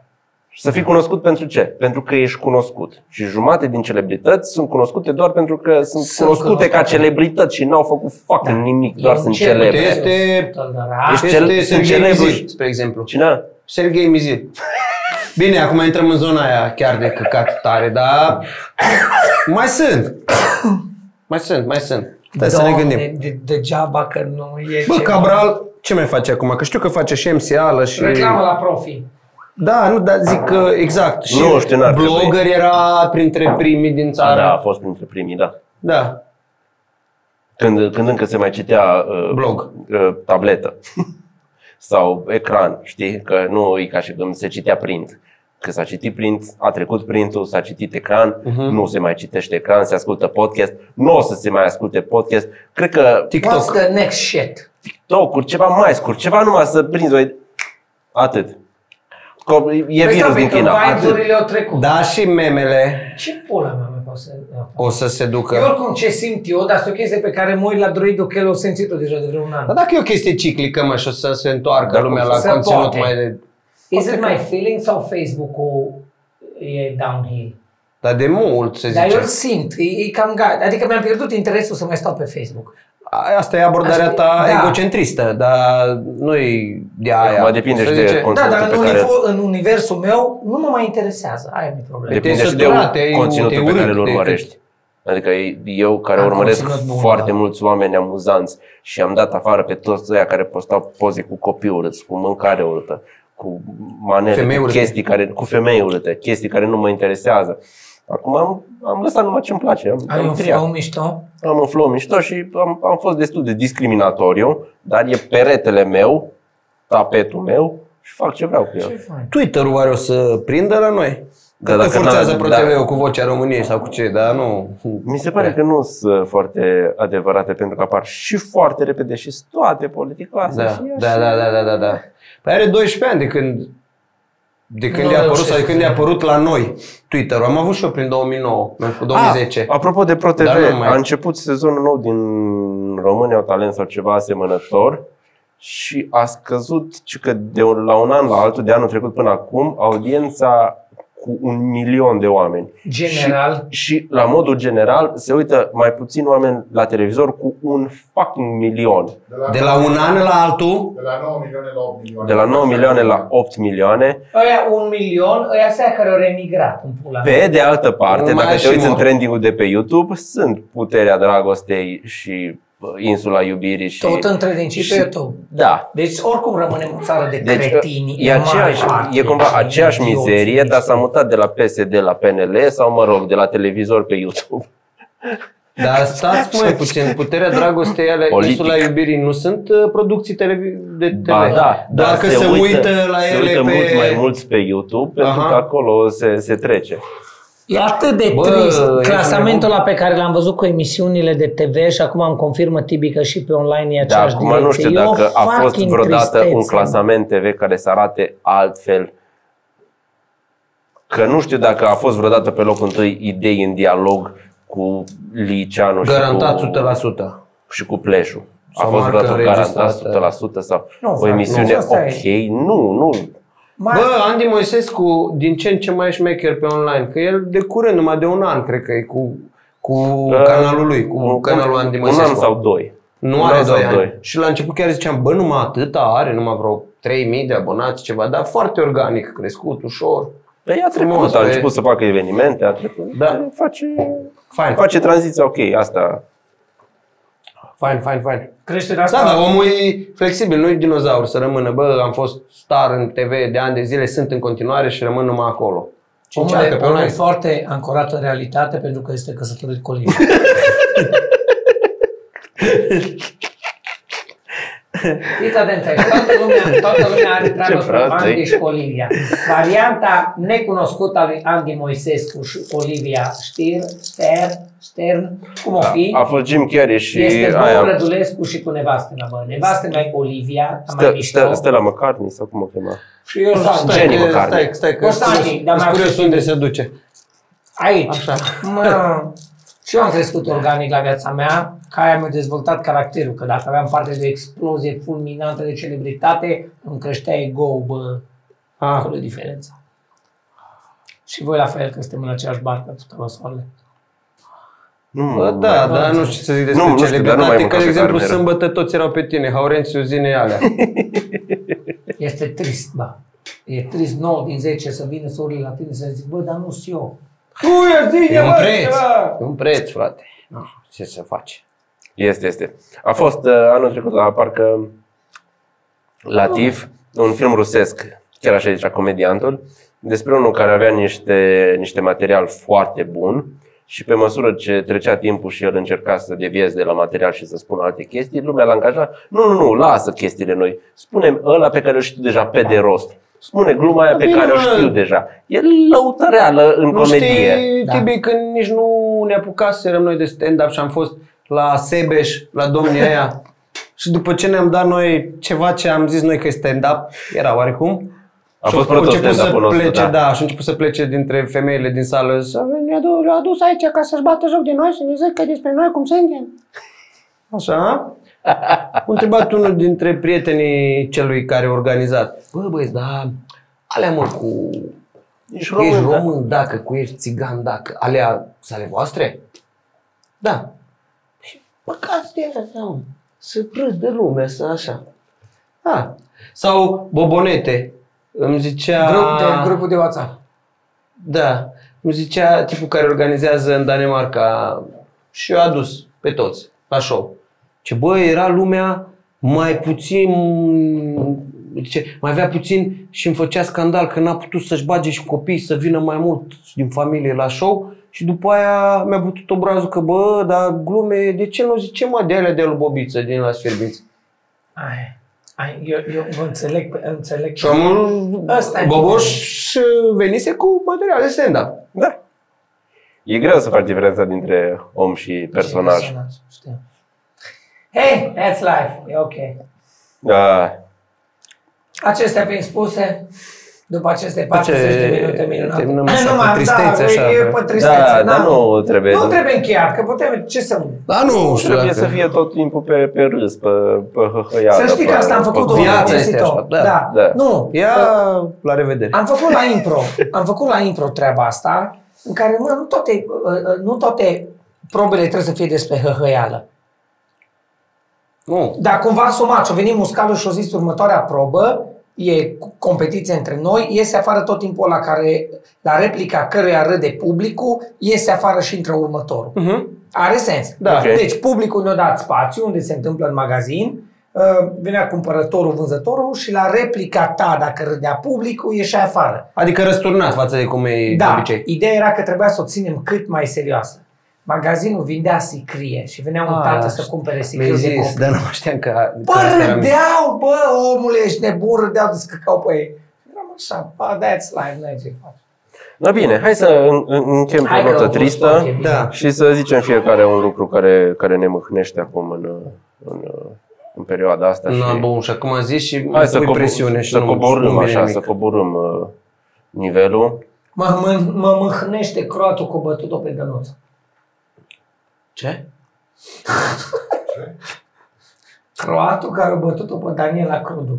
Speaker 1: Și Să fii cunoscut pentru ce? Pentru că ești cunoscut. Și jumate din celebrități sunt cunoscute doar pentru că sunt,
Speaker 2: Sunt
Speaker 1: cunoscute ca
Speaker 2: cunoscute.
Speaker 1: celebrități și n-au făcut fucking
Speaker 2: Da.
Speaker 1: nimic,
Speaker 2: E
Speaker 1: doar
Speaker 2: un
Speaker 1: sunt
Speaker 2: cerc
Speaker 1: celebre.
Speaker 3: Uite,
Speaker 2: vicios.
Speaker 3: este-
Speaker 2: Tălăraș.
Speaker 1: Ești-
Speaker 3: Deci Este
Speaker 1: cel-
Speaker 3: Serghei
Speaker 1: sunt celebru.
Speaker 3: Mizir, spre exemplu.
Speaker 1: Cine?
Speaker 3: Serghei Mizir. Bine, acum intrăm în zona aia chiar de căcat tare, dar mai sunt. Mai sunt, mai sunt. Stai să ne
Speaker 2: Doamne,
Speaker 3: gândim.
Speaker 2: de- Degeaba că nu e
Speaker 3: Bă,
Speaker 2: ceva.
Speaker 3: Cabral, ce mai face acum? Că știu că face și MCL și...
Speaker 2: Reclamă la profi.
Speaker 3: Da, nu, dar zic că exact. Și
Speaker 1: Nu știu, n-ar trebui.
Speaker 3: blogger era printre primii din țară.
Speaker 1: Da, a fost printre primii, da.
Speaker 3: da.
Speaker 1: Când, când încă se mai citea uh,
Speaker 3: Blog.
Speaker 1: uh, tabletă sau ecran, știi? Că nu e ca și când se citea print. Că s-a citit print, a trecut printul, s-a citit ecran,
Speaker 2: Mhm.
Speaker 1: uh-huh. nu se mai citește ecran, se ascultă podcast, nu o să se mai asculte podcast. Cred că
Speaker 2: What's
Speaker 3: TikTok.
Speaker 2: the next shit?
Speaker 1: TikTok-uri, ceva mai scurt, ceva numai să prinzi o... Atât. Co- E
Speaker 2: Păi
Speaker 1: virus
Speaker 2: stai,
Speaker 1: din
Speaker 2: pentru
Speaker 1: China.
Speaker 2: că
Speaker 1: Atât.
Speaker 2: vibe-urile au trecut.
Speaker 3: Da, și memele
Speaker 2: Ce pula mea mă poate să...
Speaker 3: o să se
Speaker 2: Eu
Speaker 3: ducă.
Speaker 2: oricum ce simt eu, dar sunt o chestie pe care mă uit la droidul că el o simțit-o deja de vreun an.
Speaker 3: Dar dacă e o chestie ciclică, mă, și o să se întoarcă
Speaker 1: Da,
Speaker 3: lumea
Speaker 1: cum
Speaker 3: la
Speaker 2: se
Speaker 3: conținut
Speaker 2: poate.
Speaker 3: mai... de-
Speaker 2: Is it my feeling sau Facebook-ul e downhill?
Speaker 3: Dar de mult, se
Speaker 2: Dar eu îl
Speaker 3: zice.
Speaker 2: simt, e, e cam gata. Adică mi-am pierdut interesul să mai stau pe Facebook.
Speaker 3: A- Asta e abordarea
Speaker 2: Asta e-
Speaker 3: ta
Speaker 2: da.
Speaker 3: egocentristă, dar nu e de aia.
Speaker 1: Acum depinde
Speaker 3: Se
Speaker 1: și de
Speaker 3: zice-
Speaker 1: conținut.
Speaker 2: Da, dar
Speaker 1: pe
Speaker 2: în,
Speaker 1: care-
Speaker 2: unifo, în universul meu nu mă mai interesează. Aia mi problema.
Speaker 3: De-
Speaker 1: Depinde
Speaker 3: te-ai
Speaker 1: și de
Speaker 3: săturat, te-ai-
Speaker 1: conținutul
Speaker 3: te-ai
Speaker 1: pe care
Speaker 3: urât
Speaker 1: îl
Speaker 3: de-
Speaker 1: urmărești. Adică eu care
Speaker 2: Am
Speaker 1: urmăresc
Speaker 2: conținut bun,
Speaker 1: foarte
Speaker 2: da.
Speaker 1: mulți oameni amuzanți și am dat afară pe toți ăia care postau poze cu copii urâți, cu mâncare urâtă, cu manele,
Speaker 3: Femei
Speaker 1: cu
Speaker 3: urâte.
Speaker 1: chestii care, cu femei urâte, chestii care nu mă interesează. Acum am, am lăsat numai ce-mi place, am,
Speaker 2: Ai
Speaker 1: am,
Speaker 2: un
Speaker 1: triat.
Speaker 2: flow mișto?
Speaker 1: am un flow mișto și am, am fost destul de discriminatoriu, dar e peretele meu, tapetul meu și fac ce vreau cu
Speaker 2: Ce
Speaker 1: el.
Speaker 2: fain.
Speaker 3: Twitter-ul oare o să prindă la noi?
Speaker 1: Da,
Speaker 3: Că forțează
Speaker 1: n-a-
Speaker 3: ProTV-ul cu vocea României sau cu ce, dar nu...
Speaker 1: Mi se
Speaker 3: Eh.
Speaker 1: pare că nu sunt foarte adevărate pentru că apar și foarte repede și sunt toate politicoase
Speaker 3: Da,
Speaker 1: și așa.
Speaker 3: da, da, da, da, da, da. Păi are 12 ani de când de
Speaker 2: Nu,
Speaker 3: când a
Speaker 2: nu,
Speaker 3: apărut
Speaker 2: ce
Speaker 3: sau de
Speaker 2: să
Speaker 3: când
Speaker 2: zic.
Speaker 3: a apărut la noi Twitter-ul. Am avut și eu prin 2009, mi-am făcut 2010.
Speaker 1: Ah, apropo de Pro
Speaker 3: Dar
Speaker 1: TV,
Speaker 3: nu mai-
Speaker 1: a început sezonul nou din România au talent sau ceva asemănător și a scăzut ci că de un- la un an la altul, de anul trecut până acum, audiența cu un milion de oameni.
Speaker 2: General,
Speaker 1: Și la modul general se uită mai puțin oameni la televizor cu un fucking milion.
Speaker 3: De la un an la altul,
Speaker 4: De la 9 milioane la 8 milioane.
Speaker 1: De la 9 milioane la 8 milioane.
Speaker 2: ăia un milion, ăia seia care au remigrat în pula mea.
Speaker 1: Pe de altă parte,
Speaker 3: Mai
Speaker 1: dacă
Speaker 3: și
Speaker 1: te uiți
Speaker 3: mor.
Speaker 1: în trending-ul de pe YouTube, sunt Puterea Dragostei și bă, Insula Iubirii și...
Speaker 2: Tot între din și pe
Speaker 1: și-
Speaker 2: YouTube.
Speaker 1: da.
Speaker 2: Deci oricum rămânem o țară de
Speaker 1: Deci
Speaker 2: cretini.
Speaker 1: e,
Speaker 2: în mare
Speaker 1: aceeași,
Speaker 2: parte,
Speaker 1: e cumva
Speaker 2: și
Speaker 1: aceeași
Speaker 2: idioți,
Speaker 1: mizerie,
Speaker 2: niște-
Speaker 1: dar s-a mutat de la PSD la PNL sau, mă rog, de la televizor pe YouTube.
Speaker 3: dar stați mai puțin, puterea dragostei ale
Speaker 1: Politic.
Speaker 3: Insula Iubirii nu sunt uh, producții televi- de tele.
Speaker 1: Ba da, dar
Speaker 3: Dacă se uită la
Speaker 1: se
Speaker 3: ele
Speaker 1: uită
Speaker 3: pe-
Speaker 1: mult mai mulți pe YouTube, pentru
Speaker 3: Aha.
Speaker 1: că acolo se, se trece.
Speaker 2: E atât de
Speaker 3: Bă,
Speaker 2: trist
Speaker 3: e
Speaker 2: clasamentul ăla pe care l-am văzut cu emisiunile de TV și acum îmi confirmă Tibi că și pe online e
Speaker 1: Dar
Speaker 2: aceeași
Speaker 1: Da, acum nu știu
Speaker 2: direcție. E o
Speaker 1: dacă a fost
Speaker 2: fucking
Speaker 1: vreodată un
Speaker 2: tristețe.
Speaker 1: clasament TV care să arate altfel. Că nu știu dacă a fost vreodată pe locul întâi idei în dialog cu Liceanu
Speaker 3: Garantat
Speaker 1: și cu,
Speaker 3: 100%.
Speaker 1: și cu Pleșu. A
Speaker 3: Sau
Speaker 1: fost
Speaker 3: marcă
Speaker 1: vreodată
Speaker 3: înregistrată.
Speaker 1: garantat 100% sau
Speaker 2: Nu,
Speaker 1: o
Speaker 2: frate,
Speaker 1: emisiune
Speaker 2: nu, asta
Speaker 1: ok? Nu, nu.
Speaker 2: Mai-
Speaker 3: Bă, Andy Moisescu din ce în ce mai e șmecher pe online, că el de curând, numai de un an, cred că e cu, cu canalul lui, cu
Speaker 1: Ă, Un-
Speaker 3: canalul Andy
Speaker 1: un
Speaker 3: Moisescu.
Speaker 1: an sau doi.
Speaker 3: Nu
Speaker 1: Un
Speaker 3: are
Speaker 1: an sau
Speaker 3: 2 ani.
Speaker 1: doi.
Speaker 3: Și la început chiar ziceam, bă, numai atâta are, numai vreo 3000 de abonați, ceva, dar foarte organic, crescut, ușor.
Speaker 1: Păi a
Speaker 3: Frumos,
Speaker 1: trecut, a
Speaker 3: păi-
Speaker 1: început să facă evenimente, a trecut. Păi
Speaker 3: Da.
Speaker 1: Face,
Speaker 3: Fain,
Speaker 1: face tranziția ok, asta.
Speaker 3: fain, fain, fain.
Speaker 2: Creșterea
Speaker 3: Da,
Speaker 2: asta...
Speaker 3: dar omul e flexibil, nu e dinozaur să rămână, bă, am fost star în TV de ani de zile, sunt în continuare și rămân numai acolo. Și
Speaker 2: Omul
Speaker 3: încearcă
Speaker 2: e,
Speaker 3: pe
Speaker 2: omul e
Speaker 3: online.
Speaker 2: foarte ancorat în realitate pentru că este căsătorit cu Olivia. Fiți atenți aici, toată lumea, toată lumea are treabă
Speaker 1: Ce
Speaker 2: cu
Speaker 1: prost
Speaker 2: Andy
Speaker 1: e.
Speaker 2: și cu Olivia. Varianta necunoscută a lui Andy Moisescu și Olivia Știr, Stern, Stern, cum o fi,
Speaker 1: A fost Jim Carrey și
Speaker 2: este
Speaker 1: aia.
Speaker 2: Bău Rădulescu și cu nevastă mea. Nevastă mea e Olivia, am mai
Speaker 1: Stă, stă,
Speaker 2: mișto.
Speaker 1: stă la McCartney sau cum o chema?
Speaker 2: Și eu sunt
Speaker 1: Jenny
Speaker 3: că-
Speaker 1: măcar.
Speaker 3: stai, stai, că
Speaker 2: Constantin, dar
Speaker 3: sunt
Speaker 2: mai
Speaker 3: curios
Speaker 2: avem-
Speaker 3: unde se duce.
Speaker 2: Aici.
Speaker 3: Așa.
Speaker 2: Mă, și eu am crescut organic la viața mea, ca aia mi-a dezvoltat caracterul, că dacă aveam parte de explozie fulminantă de celebritate, îmi creștea ego-ul, bă,
Speaker 3: Ah.
Speaker 2: acolo e diferența. Și voi la fel, că suntem în aceeași barcă, cu soarele.
Speaker 1: Nu,
Speaker 3: Bă, da, dar nu știu ce să zic despre
Speaker 1: Nu,
Speaker 3: nu,
Speaker 1: nu știu, dar nu mai
Speaker 3: celebritate,
Speaker 1: mă
Speaker 3: că, de
Speaker 1: fac
Speaker 3: exemplu,
Speaker 1: carnieră.
Speaker 3: sâmbătă toți erau pe tine, Haurențiu, zine alea.
Speaker 2: Este trist, bă. E trist 9 din 10 să vină să urle la tine să zic, bă, dar nu sunt eu. Tu e
Speaker 3: E
Speaker 2: zine,
Speaker 3: un
Speaker 2: bă,
Speaker 3: preț,
Speaker 2: ceva.
Speaker 3: e un preț, frate. Nu, ce să faci?
Speaker 1: Este, este. A fost uh, anul trecut la parcă Latif, un film rusesc, chiar așa zicea comediantul, despre unul care avea niște, niște material foarte bun și pe măsură ce trecea timpul și el încerca să devieze de la material și să spună alte chestii, lumea l-a angajat, nu, nu, nu, lasă chestiile noi, spune ăla pe care îl știu deja pe de rost. Spune gluma aia pe
Speaker 3: Bine,
Speaker 1: care o
Speaker 3: mă.
Speaker 1: știu deja. E lăutăreală în
Speaker 3: Nu
Speaker 1: comedie.
Speaker 3: știi,
Speaker 2: Da.
Speaker 3: Tibi, când nici nu ne apucaserăm noi de stand-up și am fost la Sebeș, la domnia aia, și după ce ne-am dat noi ceva ce am zis noi că e stand-up, era oarecum,
Speaker 1: A
Speaker 3: și
Speaker 1: fost
Speaker 3: au
Speaker 1: proto
Speaker 3: început să
Speaker 1: stand-up-ul nostru,
Speaker 3: plece,
Speaker 1: da.
Speaker 3: da. și a început să plece dintre femeile din sală. Să ne adu- le-a adus aici ca să-și bată joc de noi, să ne zică despre noi cum suntem. Așa? A întrebat unul dintre prietenii celui care a organizat. Bă, băieți, da, alea mă cu...
Speaker 1: Ești
Speaker 3: Ești
Speaker 1: român,
Speaker 3: român,
Speaker 1: da?
Speaker 3: dacă, cu ești țigan dacă, alea sunt ale voastre? Da. Păcat de aia, da, mă. Să râd de lumea, să așa. Da. Sau bobonete. Îmi zicea...
Speaker 2: Grup de, grupul de WhatsApp.
Speaker 3: Da. Îmi zicea tipul care organizează în Danemarca și eu a dus pe toți la show. Ce bă, era lumea mai puțin, ce, mai avea puțin și îmi făcea scandal că n-a putut să-și bage și copiii să vină mai mult din familie la show și după aia mi-a bătut obrazul că bă, dar glume, de ce nu zicem mă de alea de lui Bobiță din la Sfierbinți?
Speaker 2: Ai. Ai, eu, eu vă înțeleg, înțeleg.
Speaker 3: Și omul
Speaker 2: Ăsta e.
Speaker 3: Goboș uh, venise cu material de stand-up.
Speaker 1: Da. E greu să faci diferența dintre om și personaj.
Speaker 2: Și personaj, știu. Hey, that's life. E ok.
Speaker 1: Ah,
Speaker 2: Acestea fiind spuse, după aceste 40 de minute minunate.
Speaker 3: terminăm așa, pe tristețe,
Speaker 2: da,
Speaker 3: așa,
Speaker 2: e
Speaker 3: da.
Speaker 2: pe tristețe,
Speaker 1: Da, dar nu trebuie.
Speaker 2: Nu trebuie încheiat, că putem, ce să...
Speaker 3: Da, nu știu
Speaker 1: Trebuie să
Speaker 3: dacă-
Speaker 1: fie tot timpul pe, pe râs, pe, pe hăhăială.
Speaker 2: Să știi că
Speaker 1: pe-
Speaker 2: asta am
Speaker 1: pe-
Speaker 2: făcut-o
Speaker 3: viața
Speaker 2: în
Speaker 3: este
Speaker 2: Tito.
Speaker 3: așa, da,
Speaker 2: da.
Speaker 1: da.
Speaker 2: Nu,
Speaker 3: Ia, la revedere.
Speaker 2: Am făcut la impro, am făcut la impro treaba asta, în care mă, nu, toate, uh, uh, nu toate probele trebuie să fie despre hăhăială.
Speaker 3: Nu.
Speaker 2: Dar cumva asumat, și-a venit muscalul și-a zis următoarea probă, e cu- competiție între noi, iese afară tot timpul la care, la replica căruia râde publicul, iese afară și intră următorul.
Speaker 3: Mhm.
Speaker 2: Are sens.
Speaker 3: Da.
Speaker 1: Ok.
Speaker 2: Deci publicul ne-a dat spațiu unde se întâmplă în magazin, uh, venea cumpărătorul, vânzătorul și la replica ta, dacă râdea publicul, ieșea afară.
Speaker 3: Adică răsturnat față de cum e de
Speaker 2: Da,
Speaker 3: obicei.
Speaker 2: ideea era că trebuia să o ținem cât mai serioasă. Magazinul vindea sicrie și venea un
Speaker 3: Ah,
Speaker 2: tată să cumpere
Speaker 3: Mi-ai
Speaker 2: sicrie de
Speaker 3: zis,
Speaker 2: copii.
Speaker 3: dar nu știam că... că asta
Speaker 2: Bă,
Speaker 3: era mic.
Speaker 2: râdeau, bă, omule, ești nebun, râdeau, descăcau pe ei. Eram așa, bă, that's life, n-ai ce faci.
Speaker 1: Da, bine, hai să în- în- încheiem pe
Speaker 2: Hai
Speaker 1: o
Speaker 2: că
Speaker 1: notă
Speaker 2: au fost
Speaker 1: tristă
Speaker 2: ok, bine.
Speaker 3: Da.
Speaker 1: și să zicem fiecare un lucru care, care ne mâhnește acum în, în, în perioada asta. și...
Speaker 3: Na, bun, și acum a zis și
Speaker 1: Hai să,
Speaker 3: pui
Speaker 1: cobo-
Speaker 3: presiune și
Speaker 1: să
Speaker 3: nu,
Speaker 1: coborâm
Speaker 3: nu vine
Speaker 1: așa,
Speaker 3: nimic.
Speaker 1: să coborâm uh, nivelul.
Speaker 2: Mă, mă, mă mâhnește croatul cu bătut-o pe dănuță.
Speaker 3: Ce?
Speaker 2: Croatul care a bătut-o pe Daniela Crudu.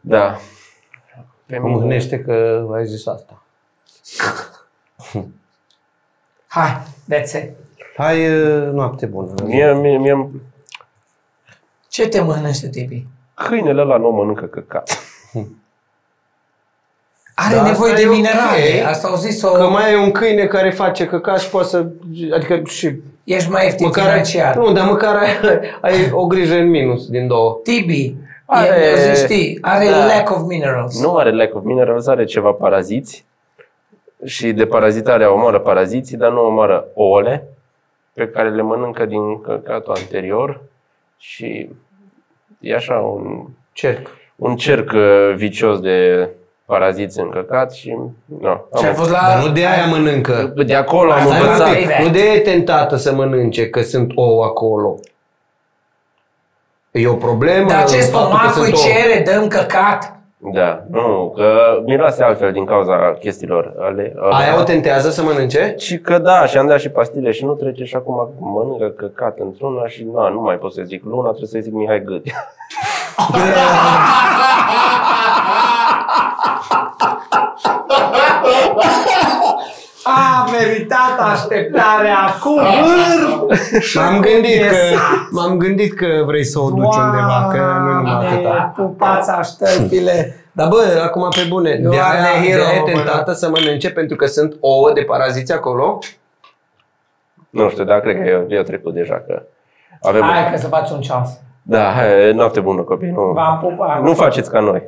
Speaker 1: Da. Pe
Speaker 3: Mă gândește că ai zis asta.
Speaker 2: Hai, that's it.
Speaker 3: Hai, uh, noapte bună.
Speaker 1: Mie, mie, mie,
Speaker 2: Ce te mâhnește, Tibi?
Speaker 1: câinele ăla nu mănâncă căcat.
Speaker 2: Are
Speaker 3: Da,
Speaker 2: nevoie
Speaker 3: asta
Speaker 2: de
Speaker 3: e ok.
Speaker 2: minerale. Asta au zis-o...
Speaker 3: Că mai e un câine care face căcat și poate să... Adică și...
Speaker 2: Ești mai ieftin
Speaker 3: Măcar,
Speaker 2: financiar.
Speaker 3: nu, dar măcar ai, ai o grijă în minus din două.
Speaker 2: Tibi,
Speaker 1: Are-
Speaker 2: are, e, știi, are
Speaker 1: da.
Speaker 2: da. lack of minerals.
Speaker 1: Nu are lack of minerals, are ceva paraziți și de parazitarea omoară paraziții, dar nu omoară ouăle pe care le mănâncă din căcatul anterior și e așa un,
Speaker 3: Cerc.
Speaker 1: un cerc uh, vicios de paraziți în căcat și nu,
Speaker 2: Și ai
Speaker 1: am,
Speaker 2: fost la...
Speaker 3: Dar nu de aia mănâncă.
Speaker 1: de acolo am
Speaker 2: Asta e
Speaker 1: învățat.
Speaker 2: un pic.
Speaker 3: Nu de aia e tentată să mănânce, că sunt ouă acolo. E o problemă.
Speaker 2: Dar ce
Speaker 3: faptul că
Speaker 2: stomacul
Speaker 3: sunt
Speaker 2: îi
Speaker 3: ouă.
Speaker 2: cere, dăm căcat.
Speaker 1: Da, nu, că miroase altfel din cauza chestiilor ale...
Speaker 3: Aia o tentează să mănânce?
Speaker 1: Și că da, și am dat și pastile și nu trece și acum mănâncă căcat într-una și na, nu mai pot să zic luna, trebuie să zic Mihai Gât.
Speaker 2: A meritat așteptarea cu vârf.
Speaker 3: M-am gândit, că, m-am gândit că vrei să o duci undeva, că nu numai atâta.
Speaker 2: Pupați așteptile.
Speaker 3: Dar bă, acum pe bune,
Speaker 2: You
Speaker 3: de
Speaker 2: are
Speaker 3: aia,
Speaker 2: the
Speaker 3: de
Speaker 2: hero,
Speaker 3: aia e
Speaker 2: bă.
Speaker 3: tentată să mănânce pentru că sunt ouă de paraziți acolo?
Speaker 1: Nu știu, dar cred că eu, eu trecut deja că avem...
Speaker 2: Hai că să faci un ceas.
Speaker 1: Da, hai, noapte bună copii, nu,
Speaker 2: V-am pupat.
Speaker 1: nu faceți ca noi.